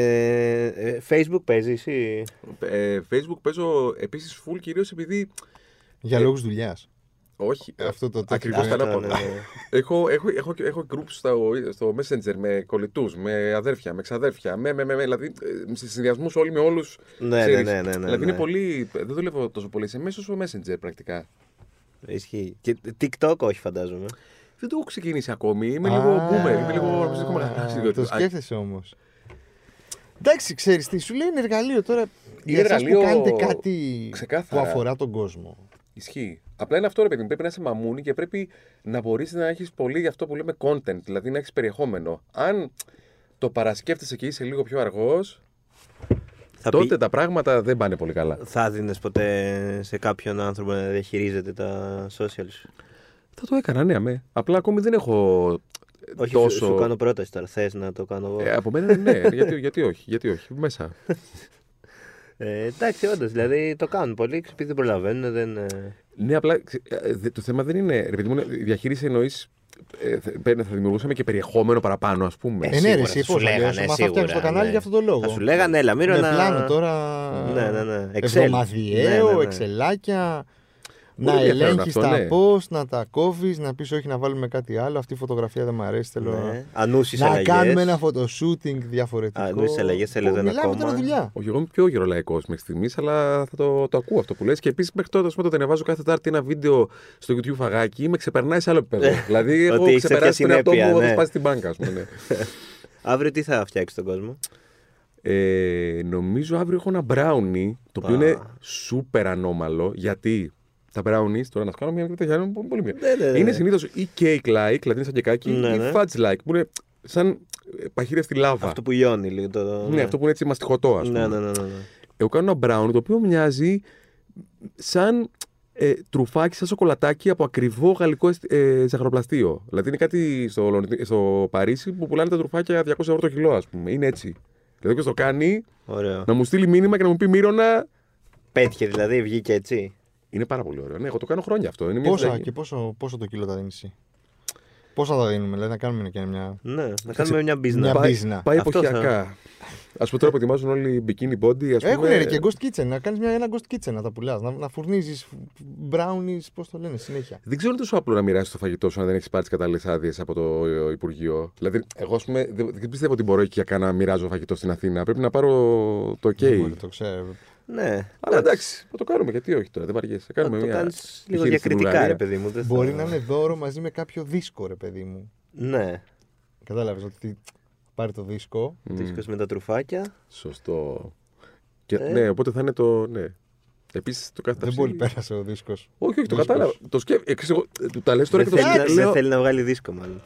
ε, Facebook παίζεις εσύ.
Ε, Facebook παίζω επίσης full κυρίως επειδή. Ε,
Για λόγους δουλειάς.
Όχι. ε,
Αυτό το τέτοιο.
Ακριβώς
ε,
τα
Αυτό,
λέω πολλά.
ναι, ναι.
Έχω, έχω, έχω, έχω groups στο, στο Messenger με κολλητούς, με αδέρφια, με ξαδέρφια, με, με, με, με δηλαδή ε, σε συνδυασμούς όλοι με όλους.
Ναι, ναι, ναι, ναι, ναι,
δηλαδή
ναι.
είναι πολύ. Δεν δουλεύω τόσο πολύ σε μέσα στο Messenger πρακτικά.
Ισχύει. Και TikTok όχι φαντάζομαι.
Δεν το έχω ξεκινήσει ακόμη. Είμαι
Α,
λίγο boomer. Είμαι λίγο. νομίζω έχω μεγαλώσει λίγο.
Το
Α,
σκέφτεσαι όμως. Εντάξει, ξέρεις τι, σου λέει είναι εργαλείο τώρα.
Είναι
για εσάς
εργαλείο
που κάνετε κάτι
ξεκάθαρα.
που αφορά τον κόσμο.
Ισχύει. Απλά είναι αυτό ρε παιδί μου. Πρέπει να είσαι μαμούνι και πρέπει να μπορείς να έχεις πολύ γι' αυτό που λέμε content, δηλαδή να έχεις περιεχόμενο. Αν το παρασκέφτεσαι και είσαι λίγο πιο αργός,
Θα,
τότε
πει-
τα πράγματα δεν πάνε πολύ καλά.
θα δίνεις ποτέ σε κάποιον άνθρωπο να διαχειρίζεται τα social σου.
Θα το έκανα, ναι, αμέ. Απλά ακόμη δεν έχω ε,
Όχι, σου,
τόσο.
σου κάνω πρόταση τώρα. Θες να το κάνω εγώ.
Ε, από μένα ναι, γιατί, γιατί όχι, γιατί όχι, μέσα.
Ε, εντάξει, όντως. Δηλαδή το κάνουν πολλοί επειδή δεν προλαβαίνουν. Δεν, ε,
ναι, απλά ξε- ε, δε- το θέμα δεν είναι, ρε παιδί μου, είναι- η διαχείριση εννοείς θα δημιουργούσαμε και περιεχόμενο παραπάνω, ας πούμε.
Ε, ναι,
σίγουρα,
ρε,
θα
εσύ
σου
πώ
λέγανε,
λέγανε. Μα αυτά
σίγουρα,
φτιάχνει στο κανάλι
ναι.
για αυτόν τον λόγο.
Θα σου λέγανε, έλα, μύρο
Με
να.
πλάνο τώρα. ε,
Ναι, ναι, ναι. Excel.
Εβδομαδιαίο,
Ναι, ναι, ναι.
εξελάκια.
Πολύ
Να
ενδιαφέρον
ελέγχεις
αυτό,
τα
ναι.
post, να τα κόβεις, να πεις όχι να βάλουμε κάτι άλλο. Αυτή η φωτογραφία δεν μου αρέσει. Θέλω να-
Ναι. Ανούσιες
να
αλλαγές.
κάνουμε ένα photoshooting διαφορετικό.
Α, εννοείς αλλαγές, θέλω εδώ ένα
Μιλάμε τώρα
κόμμα.
δουλειά.
Όχι, εγώ είμαι πιο γερολαϊκό μέχρι στιγμής, αλλά θα το, το ακούω αυτό που λες. Και επίσης μέχρι τώρα, ας πούμε, το ανεβάζω κάθε Τάρτη ένα βίντεο στο YouTube φαγάκι, με ξεπερνάει σε άλλο επίπεδο. δηλαδή,
Ε, Ότι
έχω
έχεις
ξεπεράσει
τέτοια
τον εαυτό
συνέπεια,
μου όταν
ναι.
σπάσει την μπάνκα, ας πούμε. ναι.
Αύριο τι θα φτιάξεις τον κόσμο.
Ε, νομίζω αύριο έχω ένα μπράουνι, το οποίο
Α.
είναι σούπερ ανώμαλο, γιατί τα brownies, τώρα να σου κάνω μια μικρή ταγιά, είναι πολύ- πολύ μικρή.
Ναι, ναι, ναι.
Είναι συνήθως ή cake-like, δηλαδή είναι σαν κεκάκι,
Ναι,
ή
ναι.
fudge-like, που είναι σαν ε, παχύρευτη λάβα.
Αυτό που λιώνει λίγο. Το, το-
Ναι, αυτό που είναι έτσι μαστιχωτό, ας πούμε.
ναι, ναι, ναι, ναι, ναι.
Εγώ κάνω ένα μπράουν το οποίο μοιάζει σαν ε, τρουφάκι, σαν σοκολατάκι από ακριβό γαλλικό εσ- ε, ζαχαροπλαστείο. Δηλαδή είναι κάτι στο, Λονδι- στο Παρίσι που πουλάνε τα τρουφάκια 200 ευρώ το κιλό, ας πούμε. Είναι έτσι. Δηλαδή όποιος το κάνει,
Ωραίο.
να μου στείλει μήνυμα και να μου πει Μύρονα.
Πέτυχε δηλαδή, βγήκε έτσι.
Είναι πάρα πολύ ωραίο. Ναι, εγώ το κάνω χρόνια αυτό. Είναι μια
Πόσα
συνταγή.
και πόσο, πόσο το κιλό τα δίνεις εσύ. Πόσα τα δίνουμε, δηλαδή να κάνουμε και μια.
Ναι, να κάνουμε μια business.
μια-
Πάει,
μπίζνα.
πάει
Αυτό θα-
εποχιακά. Ας πούμε τώρα προετοιμάζουν όλοι bikini body. Ας πούμε,
Έχουν ρε, και ghost kitchen, να κάνεις ένα ghost kitchen να τα πουλάς. Να, να φουρνίζεις brownies, πώς το λένε, συνέχεια.
Δεν ξέρω αν είναι τόσο απλό να μοιράσει το φαγητό σου αν δεν έχεις πάρει τις κατάλληλες άδειες από το ε, Υπουργείο. Δηλαδή, εγώ ας πούμε, δεν δεν πιστεύω ότι μπορώ οικιακά να μοιράζω φαγητό στην Αθήνα. Πρέπει να πάρω το OK.
Δεν μπορεί, το ξέρω.
Ναι,
Αλλά εντάξει, θα το κάνουμε γιατί όχι τώρα, δεν βαριέσαι. Κάνουμε
το
μια
κάνεις λίγο
επιχείρηση στην
διακριτικά,
Βουλγαρία.
ρε παιδί μου. δεν θα-
Μπορεί να είναι δώρο μαζί με κάποιο δίσκο, ρε παιδί μου.
Ναι,
Κατάλαβες ότι πάρει το δίσκο.
δίσκος με τα τρουφάκια.
Σωστό. Και,
Ε.
Ναι, οπότε θα είναι το. Ναι. Επίσης το κάθε
Δεν
ταψί-
πολύ πέρασε ο δίσκος.
Όχι, όχι, το
Δύσκολος.
κατάλαβα. Το σκέφ... ε, ξέρεις, εγώ, ε, του τα λες τώρα
Δεν
και το
θέλει, να,
σκέφτομαι.
δεν
Λέω...
θέλει να βγάλει δίσκο, μάλλον.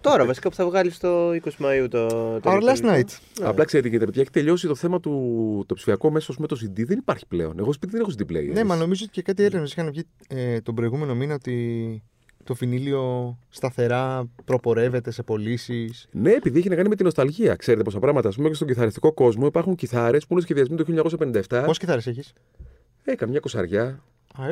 Τώρα βασικά που θα βγάλεις το 20 Μαΐου το. το
Our last
ηλεκτρονικό.
night.
Απλά ξέρετε, γιατί παιδιά έχει τελειώσει το θέμα του το ψηφιακό μέσο με το CD. Δεν υπάρχει πλέον. Εγώ σπίτι δεν έχω CD player.
Ναι, μα νομίζω ότι και κάτι έρευνες είχαν βγει ε, τον προηγούμενο μήνα ότι το φινίλιο σταθερά προπορεύεται σε πωλήσεις.
Ε.
Ναι, επειδή έχει να κάνει με την νοσταλγία. Ξέρετε πόσα πράγματα. Ας πούμε και στον κιθαριστικό κόσμο υπάρχουν κιθάρες που είναι σχεδιασμένοι το 1957.
Πώ κιθάρες έχεις.
Ε, καμιά κοσαριά.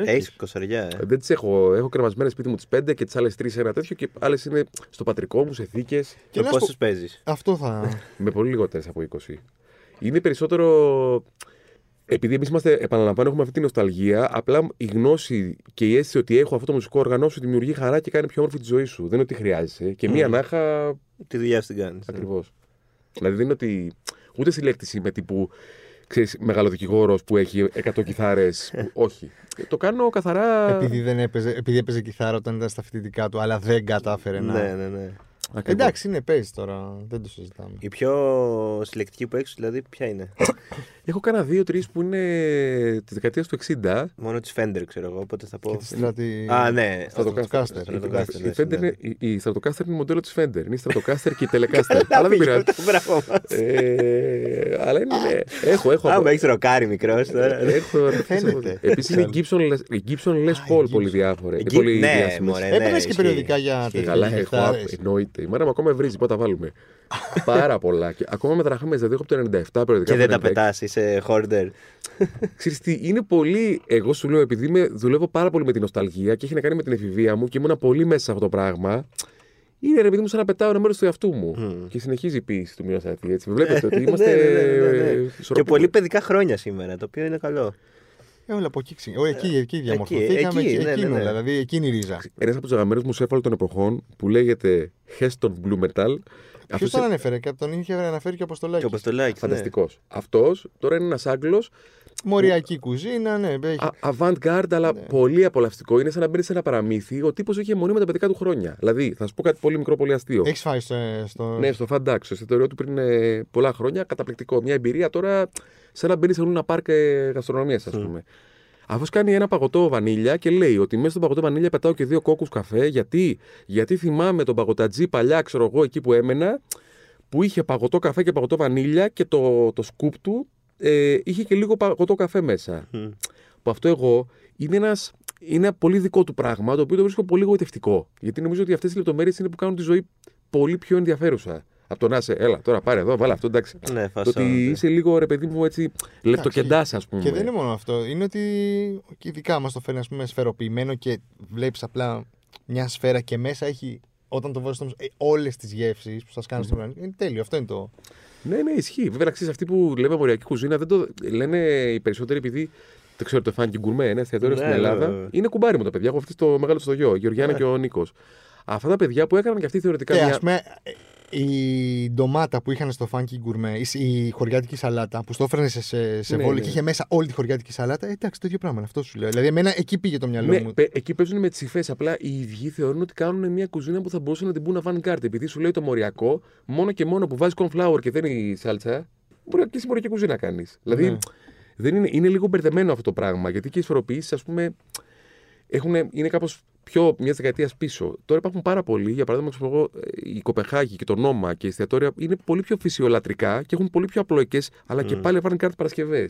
Έχει κοσαριά, ε.
Ε, Δεν τις έχω. Έχω κρεμασμένες σπίτι μου τις πέντε και τις άλλες τρεις σε ένα τέτοιο και άλλες είναι στο πατρικό μου σε θήκες
Και
με
να σου πω-
πόσου παίζεις.
Αυτό θα.
Ε.
με πολύ λιγότερες από 20. Είναι περισσότερο. Επειδή εμείς είμαστε, επαναλαμβάνω, έχουμε αυτή τη νοσταλγία, απλά η γνώση και η αίσθηση ότι έχω αυτό το μουσικό όργανο σου δημιουργεί χαρά και κάνει πιο όμορφη τη ζωή σου. Δεν είναι ότι χρειάζεσαι. Και μία
Ναι.
ανάχα
Τη δουλειά σου την ε? κάνει.
Ακριβώς. Δηλαδή δεν είναι ότι. Ούτε συλλέκτηση με τύπου. Ξέρεις, μεγαλοδικηγόρος που έχει 100 κιθάρες. που- Όχι. Το κάνω καθαρά.
Ε. επειδή, δεν έπαιζε, επειδή έπαιζε κιθάρα όταν ήταν στα φοιτητικά του, αλλά δεν κατάφερε να.
Ναι, ναι, ναι.
Ακριβώς.
Εντάξει, είναι παίζει τώρα. Δεν το συζητάμε.
Η πιο συλλεκτική που έχει, δηλαδή, ποια είναι.
Έχω κάνα δύο-τρει που είναι της δεκαετίας του 60.
Μόνο της Fender, ξέρω εγώ, οπότε θα πω.
Και της στράτη.
Α, ναι.
Στο
το-
Stratocaster.
στο Stratocaster,
Εντάξει,
Η,
ναι,
Fender
ναι.
είναι, η, η Stratocaster είναι μοντέλο της Fender. Είναι η Stratocaster και η Telecaster.
Τα
αλλά δεν
πήγε
πειράζει.
αυτό, Μπράβο μας.
Ε, αλλά είναι. ναι. Έχω, έχω.
Α,
από-
με έχεις ροκάρι μικρός τώρα.
Έχω.
Φαίνεται.
Επίσης είναι η Gibson, Les- η Gibson Les Paul πολύ διάφορη.
Εκεί-
ε, πολύ
Ναι,
διάσημες. Ε,
μωρέ.
Έπαιρνες
ναι,
και
ισχύει.
περιοδικά για τέτοια
Καλά, έχω
κιθάρες.
απ- εννοείται. Η μάνα μου ακόμα βρίζει, πότε τα βάλουμε. Πάρα πολλά. Και ακόμα με τραχάμε, δηλαδή έχω από το 97 περιοδικά.
Και δεν τα
από το 96.
πετάς, είσαι hoarder.
Ξέρεις τι, είναι πολύ. Εγώ σου λέω, επειδή με, δουλεύω πάρα πολύ με την νοσταλγία και έχει να κάνει με την εφηβεία μου και ήμουν πολύ μέσα σε αυτό το πράγμα. Είναι ρε παιδί μου σαν να πετάω ένα μέρος του εαυτού μου. Και συνεχίζει η ποίηση του μήνα Σαθή. Έτσι. Βλέπετε ότι Ε, είμαστε.
Ναι, ναι, ναι, ναι, ναι.
ε,
Και
ισορροπημένοι.
πολύ παιδικά χρόνια σήμερα, το οποίο είναι καλό.
Ε, όλα από εκεί ξυ- Ωραία, εκεί, εκεί διαμορφωθήκαμε.
εκεί,
Εκεί,
ναι,
εκεί,
ναι, ναι.
Δηλαδή, εκείνη η ρίζα.
Ένας από τους αγαπημένους μου σέφαλου των εποχών που λέγεται Heston Blue Metal.
Ποιος τον ανέφερε, και τον είχε αναφέρει και ο
Και ναι.
Αποστολάκη.
όπω το like.
Φανταστικός. Αυτός τώρα είναι ένας Άγγλος
Μοριακή κουζίνα, ναι. έχει-
Α- avant-garde, αλλά
Ναι.
πολύ απολαυστικό. Είναι σαν να μπαίνει σε ένα παραμύθι. Ο τύπος είχε μονή με τα παιδικά του χρόνια. Δηλαδή, θα σου πω κάτι πολύ μικρό, πολύ αστείο.
Έχεις φάει στο. στο...
Ναι, στο Fandax, στο εστιατόριό του πριν ε, πολλά χρόνια, καταπληκτικό. Μια εμπειρία τώρα, σαν να μπαίνει σε ένα πάρκ ε, γαστρονομίας, ας πούμε. Αφού κάνει ένα παγωτό βανίλια και λέει ότι μέσα στο παγωτό βανίλια πετάω και δύο κόκκους καφέ, γιατί, γιατί θυμάμαι τον παγωτατζή παλιά, ξέρω εγώ, εκεί που έμενα, που είχε παγωτό καφέ και παγωτό βανίλια και το, το σκούπ του ε, είχε και λίγο παγωτό καφέ μέσα. Που αυτό εγώ είναι ένας, είναι ένα πολύ δικό του πράγμα, το οποίο το βρίσκω πολύ γοητευτικό. Γιατί νομίζω ότι αυτές οι λεπτομέρειες είναι που κάνουν τη ζωή πολύ πιο ενδιαφέρουσα. Από το να είσαι, έλα τώρα πάρε εδώ, βάλα αυτό, εντάξει.
Ναι,
το ότι
φασώνεται.
είσαι λίγο ρε παιδί μου έτσι λεπτοκεντάς, ας πούμε.
ναι.
Και δεν είναι μόνο αυτό. Είναι ότι και ειδικά μας το φέρνει, ας πούμε, σφαιροποιημένο και βλέπεις απλά μια σφαίρα και μέσα έχει. Όταν το βάζεις στο ε, μυαλό, όλες τις γεύσεις που σας κάνουν στον πλανήτη. Είναι τέλειο. Αυτό είναι το.
Ναι, ναι, ισχύει. Βέβαια, ξέρεις αυτοί που λέμε μοριακή κουζίνα, δεν το λένε οι περισσότεροι επειδή. Το ξέρω το φάνηκε γκουρμέ, ένα εστιατόριο
Ναι,
στην Ελλάδα.
βέβαια. Ναι.
Είναι κουμπάρι μου τα παιδιά. Έχω αυτή το μεγάλο στο γιο, η Γεωργιάνα και ο Νίκος. Αυτά τα παιδιά που έκαναν και αυτοί θεωρητικά.
Και
μια-
ας πούμε, η ντομάτα που είχαν στο Funky Gourmet, η- η χωριάτικη σαλάτα που στο έφερνε σε, σε, σε
Ναι,
βόλη
ναι.
και είχε μέσα όλη τη χωριάτικη σαλάτα. ε, Εντάξει, το ίδιο πράγμα είναι αυτό σου λέω. Δηλαδή, εμένα εκεί πήγε το μυαλό
Ναι,
μου.
πε- εκεί παίζουν με τις υφές. Απλά οι ίδιοι θεωρούν ότι κάνουν μια κουζίνα που θα μπορούσαν να την πούν avant-garde. Επειδή σου λέει το μοριακό, μόνο και μόνο που βάζεις cornflower και δεν είναι η σάλτσα, μπορεί να κλείσει μοριακή κουζίνα κάνει. Δηλαδή δεν είναι, είναι λίγο μπερδεμένο αυτό το πράγμα. Γιατί και οι ισορροπήσεις, ας πούμε, έχουν, είναι κάπως πιο μια δεκαετίας πίσω. Τώρα υπάρχουν πάρα πολλοί, για παράδειγμα, ξέρω εγώ, ε, η Κοπεχάγη και το Νόμα και η εστιατόρια είναι πολύ πιο φυσιολατρικά και έχουν πολύ πιο απλοϊκές, αλλά και πάλι υπάρχουν κάτι Παρασκευέ.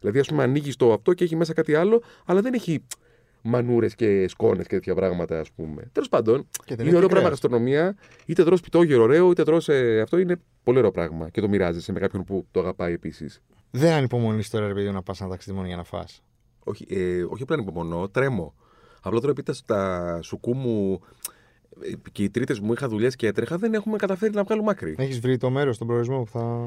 Δηλαδή, ας πούμε, ανοίγεις το αυτό και έχει μέσα κάτι άλλο, αλλά δεν έχει μανούρες και σκόνες και τέτοια πράγματα, ας πούμε. Τέλος πάντων,
Και δεν
είναι
έχει
ωραίο πράγμα η
κρέας.
γαστρονομία. Είτε τρώ πιτόγυρο ωραίο, είτε τρώ αυτό είναι πολύ ωραίο πράγμα. Και το μοιράζεσαι με κάποιον που το αγαπάει επίσης.
Δεν ανυπομονείς τώρα, ρε παιδί, να πας να ταξιδεύει μόνο για να φά.
Όχι, ε, όχι απλά ανυπομονώ, τρέμω. Απλά τώρα επειδή τα- τα σουκού μου ε, και οι τρίτες μου είχα δουλειές και έτρεχα, δεν έχουμε καταφέρει να βγάλουμε άκρη.
Ναι.
Έχεις βρει το μέρος, τον προορισμό που θα.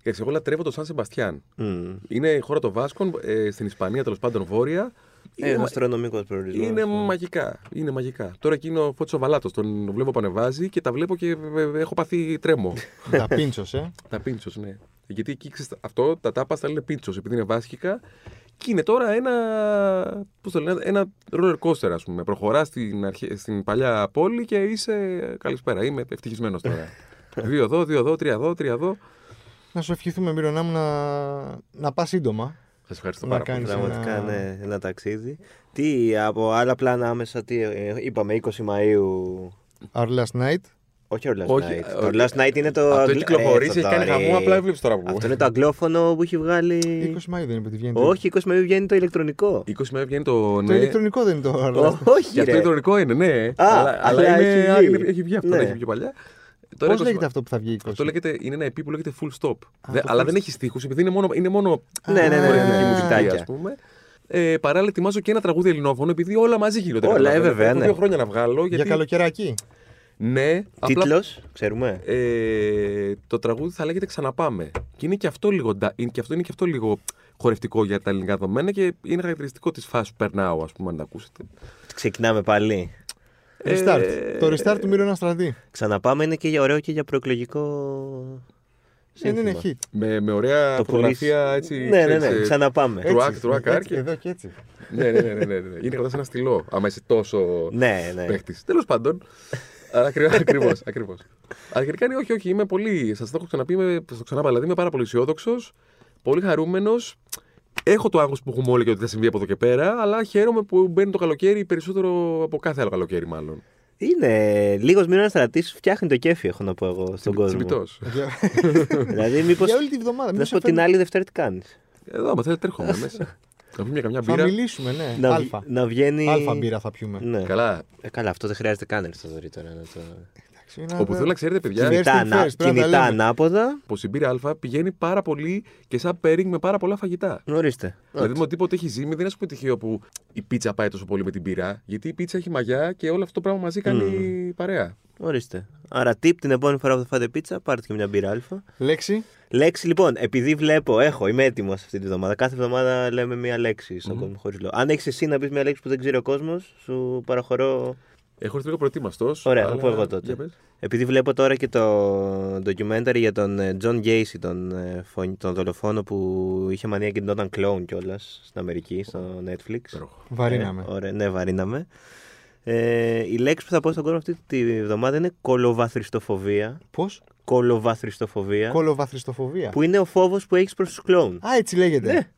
Ξέρεις, εγώ λατρεύω το Σαν Σεμπαστιάν.
Μμμ.
Είναι η χώρα των Βάσκων, ε, στην Ισπανία τέλος πάντων βόρεια.
Ε,
Είναι-
ένας αστρονομικός προορισμός.
Είναι μαγικά. Είναι μαγικά. Τώρα εκεί είναι ο Φώτσο Βαλάτος. Τον βλέπω που ανεβάζει και τα βλέπω και ε, ε, έχω πάθει τρέμο.
τα πίντσος, ε.
τα πίντσος, ναι. Γιατί εκεί ξέρεις, αυτό, τα τάπα τα λένε πίντσο, επειδή είναι βάσκικα. Και είναι τώρα ένα. Πώς το λένε, ένα roller coaster, ας πούμε. Προχωράς στην, αρχε- στην παλιά πόλη και είσαι. Καλησπέρα, είμαι ευτυχισμένος τώρα. δύο εδώ, δύο εδώ, τρία εδώ, τρία εδώ.
Να σου ευχηθούμε, Μύρονά μου, να, να πας σύντομα.
Σας ευχαριστώ
Να
πάρα
κάνεις
πολύ.
Πραγματικά,
ένα-
ναι, ένα ταξίδι. Τι από άλλα πλάνα άμεσα, τι ε, είπαμε, 20 Μαΐου
Our last night.
Όχι Our Last
Όχι,
Night.
ε,
Το
όχι.
Last Night είναι το.
Αυτό έχει
αγγλ-
κυκλοφορήσει,
Ε,
έχει κάνει
τώρα,
χαμό.
ε,
Απλά βλέπει τώρα που.
Αυτό είναι το αγγλόφωνο που έχει
Ε,
20
βγάλει.
Μαΐου δεν είπε ότι βγαίνει.
Όχι, 20 Μαΐου βγαίνει το ηλεκτρονικό.
20 Μαΐου βγαίνει το.
Το
ναι.
ηλεκτρονικό δεν είναι το Our last
Όχι,
Και αυτό
ρε.
ηλεκτρονικό είναι, ναι. αλλά,
απλά
αλλά είναι,
έχει
έχει,
βγει.
βγει. έχει βγει αυτό,
Ναι.
ναι. έχει βγει πιο παλιά. Τώρα
Πώς
το-
λέγεται αυτό που θα βγει 20.
Αυτό λέγεται, είναι ένα EP που λέγεται full stop. Δε-
το
αλλά
full
δεν έχει στίχους, επειδή είναι μόνο, είναι μόνο
Ναι, ναι, ναι, ναι, ναι,
χορευτική
ναι,
μουσική,
μουσικάκια.
ας πούμε. Ε, παράλληλα, ετοιμάζω και ένα τραγούδι ελληνόφωνο, επειδή όλα μαζί γίνονται.
Όλα,
καταλαβαίνετε.
ε, βέβαια,
Έχω
ναι.
δύο χρόνια να βγάλω. Γιατί,
Για καλοκαιράκι.
Ναι, απλά
Τίτλος, ξέρουμε.
ε, το τραγούδι θα λέγεται Ξαναπάμε. Και είναι και αυτό λίγο, ντα- είναι και αυτό, είναι και αυτό λίγο χορευτικό για τα ελληνικά δεδομένα και είναι χαρακτηριστικό της φάσης που περνάω, ας πούμε, αν τα ακούσετε.
Ξεκινάμε πάλι.
Restart.
Ε,
Το restart του Μύρονα Στρατή. Ε,
Ξαναπάμε είναι και για ωραίο και για προεκλογικό.
Δεν είναι
σύνθημα.
hit.
Με, με ωραία
Το
φωτογραφία
πουλείς.
έτσι.
Ναι, ναι,
ξέρεις,
ναι.
ε,
Ξαναπάμε.
Του
Έτσι,
Ακ, του Ακ,
έτσι,
Άρκε.
Εδώ και έτσι.
ναι, ναι, ναι, ναι, ναι, ναι. Είναι κατά ένα στυλό, άμα είσαι τόσο
Ναι, ναι.
παίχτης. Τέλος πάντων. Ακριβώς, ακριβώς. Αρχικά είναι όχι, όχι. Είμαι πολύ. Σας το έχω ξαναπεί, είμαι, στο ξανάπα, δηλαδή είμαι πάρα πολύ αισιόδοξος, πολύ χαρούμενος. Έχω το άγχος που έχουμε όλοι και ότι θα συμβεί από εδώ και πέρα, αλλά χαίρομαι που μπαίνει το καλοκαίρι περισσότερο από κάθε άλλο καλοκαίρι, μάλλον.
Είναι λίγος μήνας στρατής, φτιάχνει το κέφι, έχω να πω εγώ στον κόσμο.
Τσιμπητός.
Για
δηλαδή, μήπως.
για όλη τη βδομάδα.
Να
μην
σου πω
σε
την
φέρνει-
άλλη Δευτέρα τι κάνεις.
Εδώ, άμα θέλετε, τρέχομαι μέσα. Να πούμε μια καμιά
Θα
μπύρα.
μιλήσουμε, ναι.
Να,
Αλφα.
βγ- να βγαίνει.
Αλφα μπύρα θα πιούμε.
Ναι.
Καλά.
Ε, καλά, αυτό δεν χρειάζεται καν Ελσταδόρη τώρα. Να το...
Εντάξει, είναι
Όπου
ένα-
θέλω να ξέρετε, παιδιά,
Κινητά.
κινητά
first,
ανα...
πρέπει να τα
κινητά
λέμε.
ανάποδα.
πως η μπύρα Α πηγαίνει πάρα πολύ και σαν pairing με πάρα πολλά φαγητά.
Ορίστε.
Δηλαδή με οτιδήποτε έχει ζύμη, δεν είναι ας πούμε τυχαίο που η πίτσα πάει τόσο πολύ με την πύρα. Γιατί η πίτσα έχει μαγιά και όλο αυτό το πράγμα μαζί κάνει
Mm.
παρέα.
Ορίστε. Άρα, tip την επόμενη φορά που θα φάτε πίτσα, πάρτε και μια μπύρα αλφα.
Λέξη.
Λέξη λοιπόν, επειδή βλέπω, έχω, είμαι έτοιμος αυτή τη βδομάδα. Κάθε εβδομάδα λέμε μια λέξη στον κόσμο χωρίς λόγο. Αν έχεις εσύ να πεις μια λέξη που δεν ξέρει ο κόσμος, σου παραχωρώ.
Έχω έρθει λίγο προετοίμαστος.
Ωραία, θα πω
ναι.
εγώ τότε. Επειδή βλέπω τώρα και το ντοκιουμέντερ για τον ε, John Γκέισι, τον, ε, φων- τον δολοφόνο που είχε μανία και την όταν κλόουν κιόλας στην Αμερική, στο Netflix.
Βαρύναμε.
Ε, ωραία, ναι, βαρύναμε. Ε, η λέξη που θα πω στον κόσμο αυτή τη βδομάδα είναι κολοβαθριστοφοβία.
Πώς?
Κολοβαθριστοφοβία.
Κολοβαθριστοφοβία.
Που είναι ο φόβος που έχεις προς τους κλόουν.
Α, έτσι λέγεται.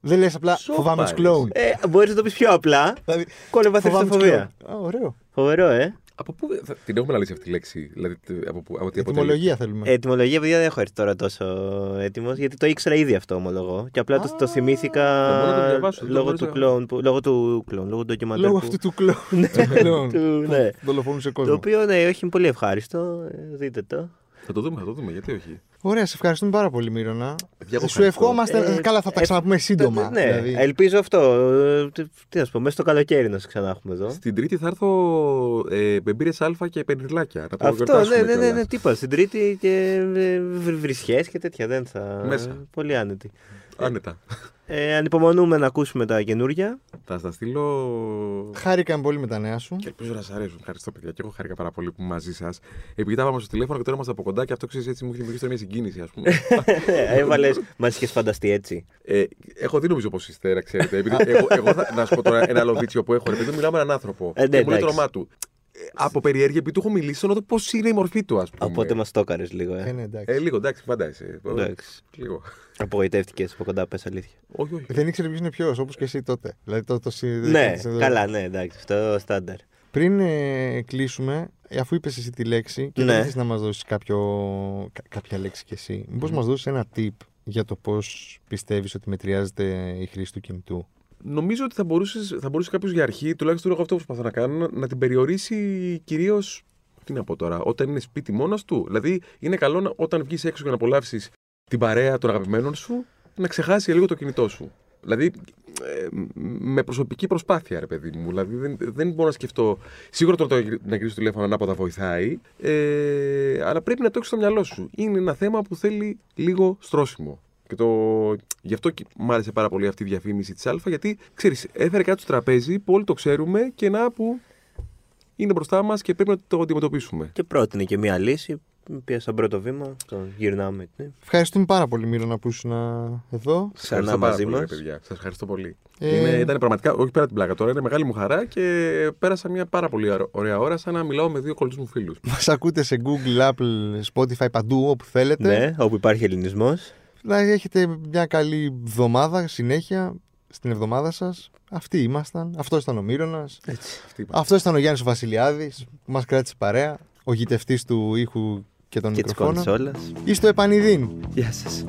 Δεν λες απλά
Σοπα,
φοβάμαι τους
ρε.
κλόουν.
Ναι. Ε, Μπορείς να το πεις πιο απλά.
Δηλαδή,
Κολοβαθριστοφοβία.
τους κλόουν. Α, Ωραίο.
Φοβερό, ε.
Από πού θα- την έχουμε αναλύσει αυτή τη λέξη, δηλαδή τε- από πού. Από τι αποτελεί.
Ετοιμολογία θέλουμε.
Ετοιμολογία, παιδιά, Ε, δεν έχω έρθει τώρα τόσο έτοιμος, γιατί το ήξερα ήδη αυτό, ομολογώ. Και απλά το, το θυμήθηκα
Ε,
μπορώ να το διαβάσω, δεν το
λόγω
γνώριζα.
του κλόουν, που- λόγω του κλόουν, λόγω του ντοκιμαντέρ.
Λόγω
που-
αυτού του κλόουν. Του κλόουν.
του- ναι.
Δολοφόνησε
Το
κόσμο.
οποίο, ναι, όχι, είναι πολύ ευχάριστο. Ε, Δείτε το.
Θα το δούμε, θα το δούμε, γιατί όχι.
Ωραία, σε ευχαριστούμε πάρα πολύ, Μύρονα.
Παιδιά, εγώ
Σου
ευχαριστώ.
ευχόμαστε.
Ε,
Καλά, θα τα
ε,
ξαναπούμε σύντομα.
Ναι,
δηλαδή.
ελπίζω αυτό. Ε, Τι, τι να σου πω, μέσα στο καλοκαίρι να σε ξανά έχουμε εδώ.
Στην Τρίτη θα έρθω ε, με μπύρε Α και πενιρλάκια. Να το
Αυτό,
γιορτάσουμε
ναι, ναι, ναι,
κιόλας.
ναι, τίποτα. Στην Τρίτη και βρισχές και τέτοια δεν θα.
Μέσα.
Πολύ άνετη.
Άνετα.
Ε, ανυπομονούμε να ακούσουμε τα καινούργια.
Θα στα στείλω.
Χάρηκαμε πολύ με τα νέα σου.
Και ελπίζω να σας αρέσουν. Ευχαριστώ, παιδιά. Και εγώ χάρηκα πάρα πολύ που είμαι μαζί σας. Επειδή τα πάμε στο τηλέφωνο και τώρα είμαστε από κοντά και αυτό ξέρεις έτσι μου έχει δημιουργήσει τώρα μια συγκίνηση, ας πούμε.
Έβαλε, Ε, μας είχες φανταστεί έτσι.
Ε, έχω δει νομίζω πως είστε, να ξέρετε. Επειδή εγώ, εγώ θα, να σου πω τώρα ένα άλλο βίτσιο που έχω. ρε παιδί μου, μιλάμε με έναν άνθρωπο.
Ε, ναι,
και μου λέει
εντάξει.
το όνομά του. Ε, από περιέργεια, επειδή του έχω μιλήσει, να δω πώς είναι η μορφή του, ας πούμε.
Οπότε μας τόκαρε λίγο,
Ε,
ε.
ναι,
Ε,
εντάξει.
λίγο, εντάξει, φαντάζεσαι.
Εντάξει.
Λίγο.
Απογοητεύτηκες από κοντά, πες αλήθεια.
Όχι, όχι.
Δεν ήξερε ποιος είναι ποιος, όπως και εσύ τότε. Δηλαδή το, το συ-
Ναι,
το-
καλά, ναι, εντάξει, αυτό στάνταρ.
Πριν ε, κλείσουμε, ε, αφού είπες εσύ τη λέξη και
Ναι.
δεν θες να μας δώσεις κάποια λέξη κι εσύ, μήπως μας μας δώσεις ένα tip για το πώς πιστεύεις ότι μετριάζεται η χρήση του κινητού.
Νομίζω ότι θα, μπορούσες, θα μπορούσε κάποιος για αρχή, τουλάχιστον εγώ αυτό που προσπαθώ να κάνω, να- να την περιορίσει κυρίως. Τι να πω τώρα, όταν είναι σπίτι μόνος του. Δηλαδή, είναι καλό να, όταν βγεις έξω για να απολαύσεις την παρέα των αγαπημένων σου, να ξεχάσει λίγο το κινητό σου. Δηλαδή, ε, με προσωπική προσπάθεια, ρε παιδί μου. Δηλαδή, δεν, δεν μπορώ να σκεφτώ. Σίγουρα το να- να γυρίσει το τηλέφωνο ανάποδα βοηθάει, ε, αλλά πρέπει να το έχεις στο μυαλό σου. Είναι ένα θέμα που θέλει λίγο στρώσιμο. Και το... Γι' αυτό και μ' άρεσε πάρα πολύ αυτή η διαφήμιση της Α, γιατί ξέρεις, έφερε κάτι στο τραπέζι που όλοι το ξέρουμε και να που είναι μπροστά μας και πρέπει να το αντιμετωπίσουμε.
Και πρότεινε και μία λύση. η οποία στον πρώτο βήμα, το γυρνάμε. ναι.
Ευχαριστούμε πάρα πολύ, Μύρονα, που ήσουν ε, εδώ.
Ξανά μαζί μα.
Σας ευχαριστώ πολύ.
Ε,
Είναι, ήταν πραγματικά, όχι πέρα την πλάκα τώρα, είναι μεγάλη μου χαρά και πέρασα μια πάρα πολύ ωρα- ωραία ώρα σαν να μιλάω με δύο κολλητού μου φίλους.
Μας ακούτε σε Google, Apple, Spotify, παντού όπου θέλετε.
Ναι, όπου υπάρχει ελληνισμός.
Να έχετε μια καλή εβδομάδα, συνέχεια στην εβδομάδα σας. Αυτοί ήμασταν. Αυτό ήταν ο Μύρονας. Αυτό ήταν ο Γιάννης Βασιλιάδης που μας κράτησε παρέα. Ο γητευτής του ήχου και των
Και της
μικροφώνων.
κονσόλας.
Ή στο επανειδήν.
Γεια σας.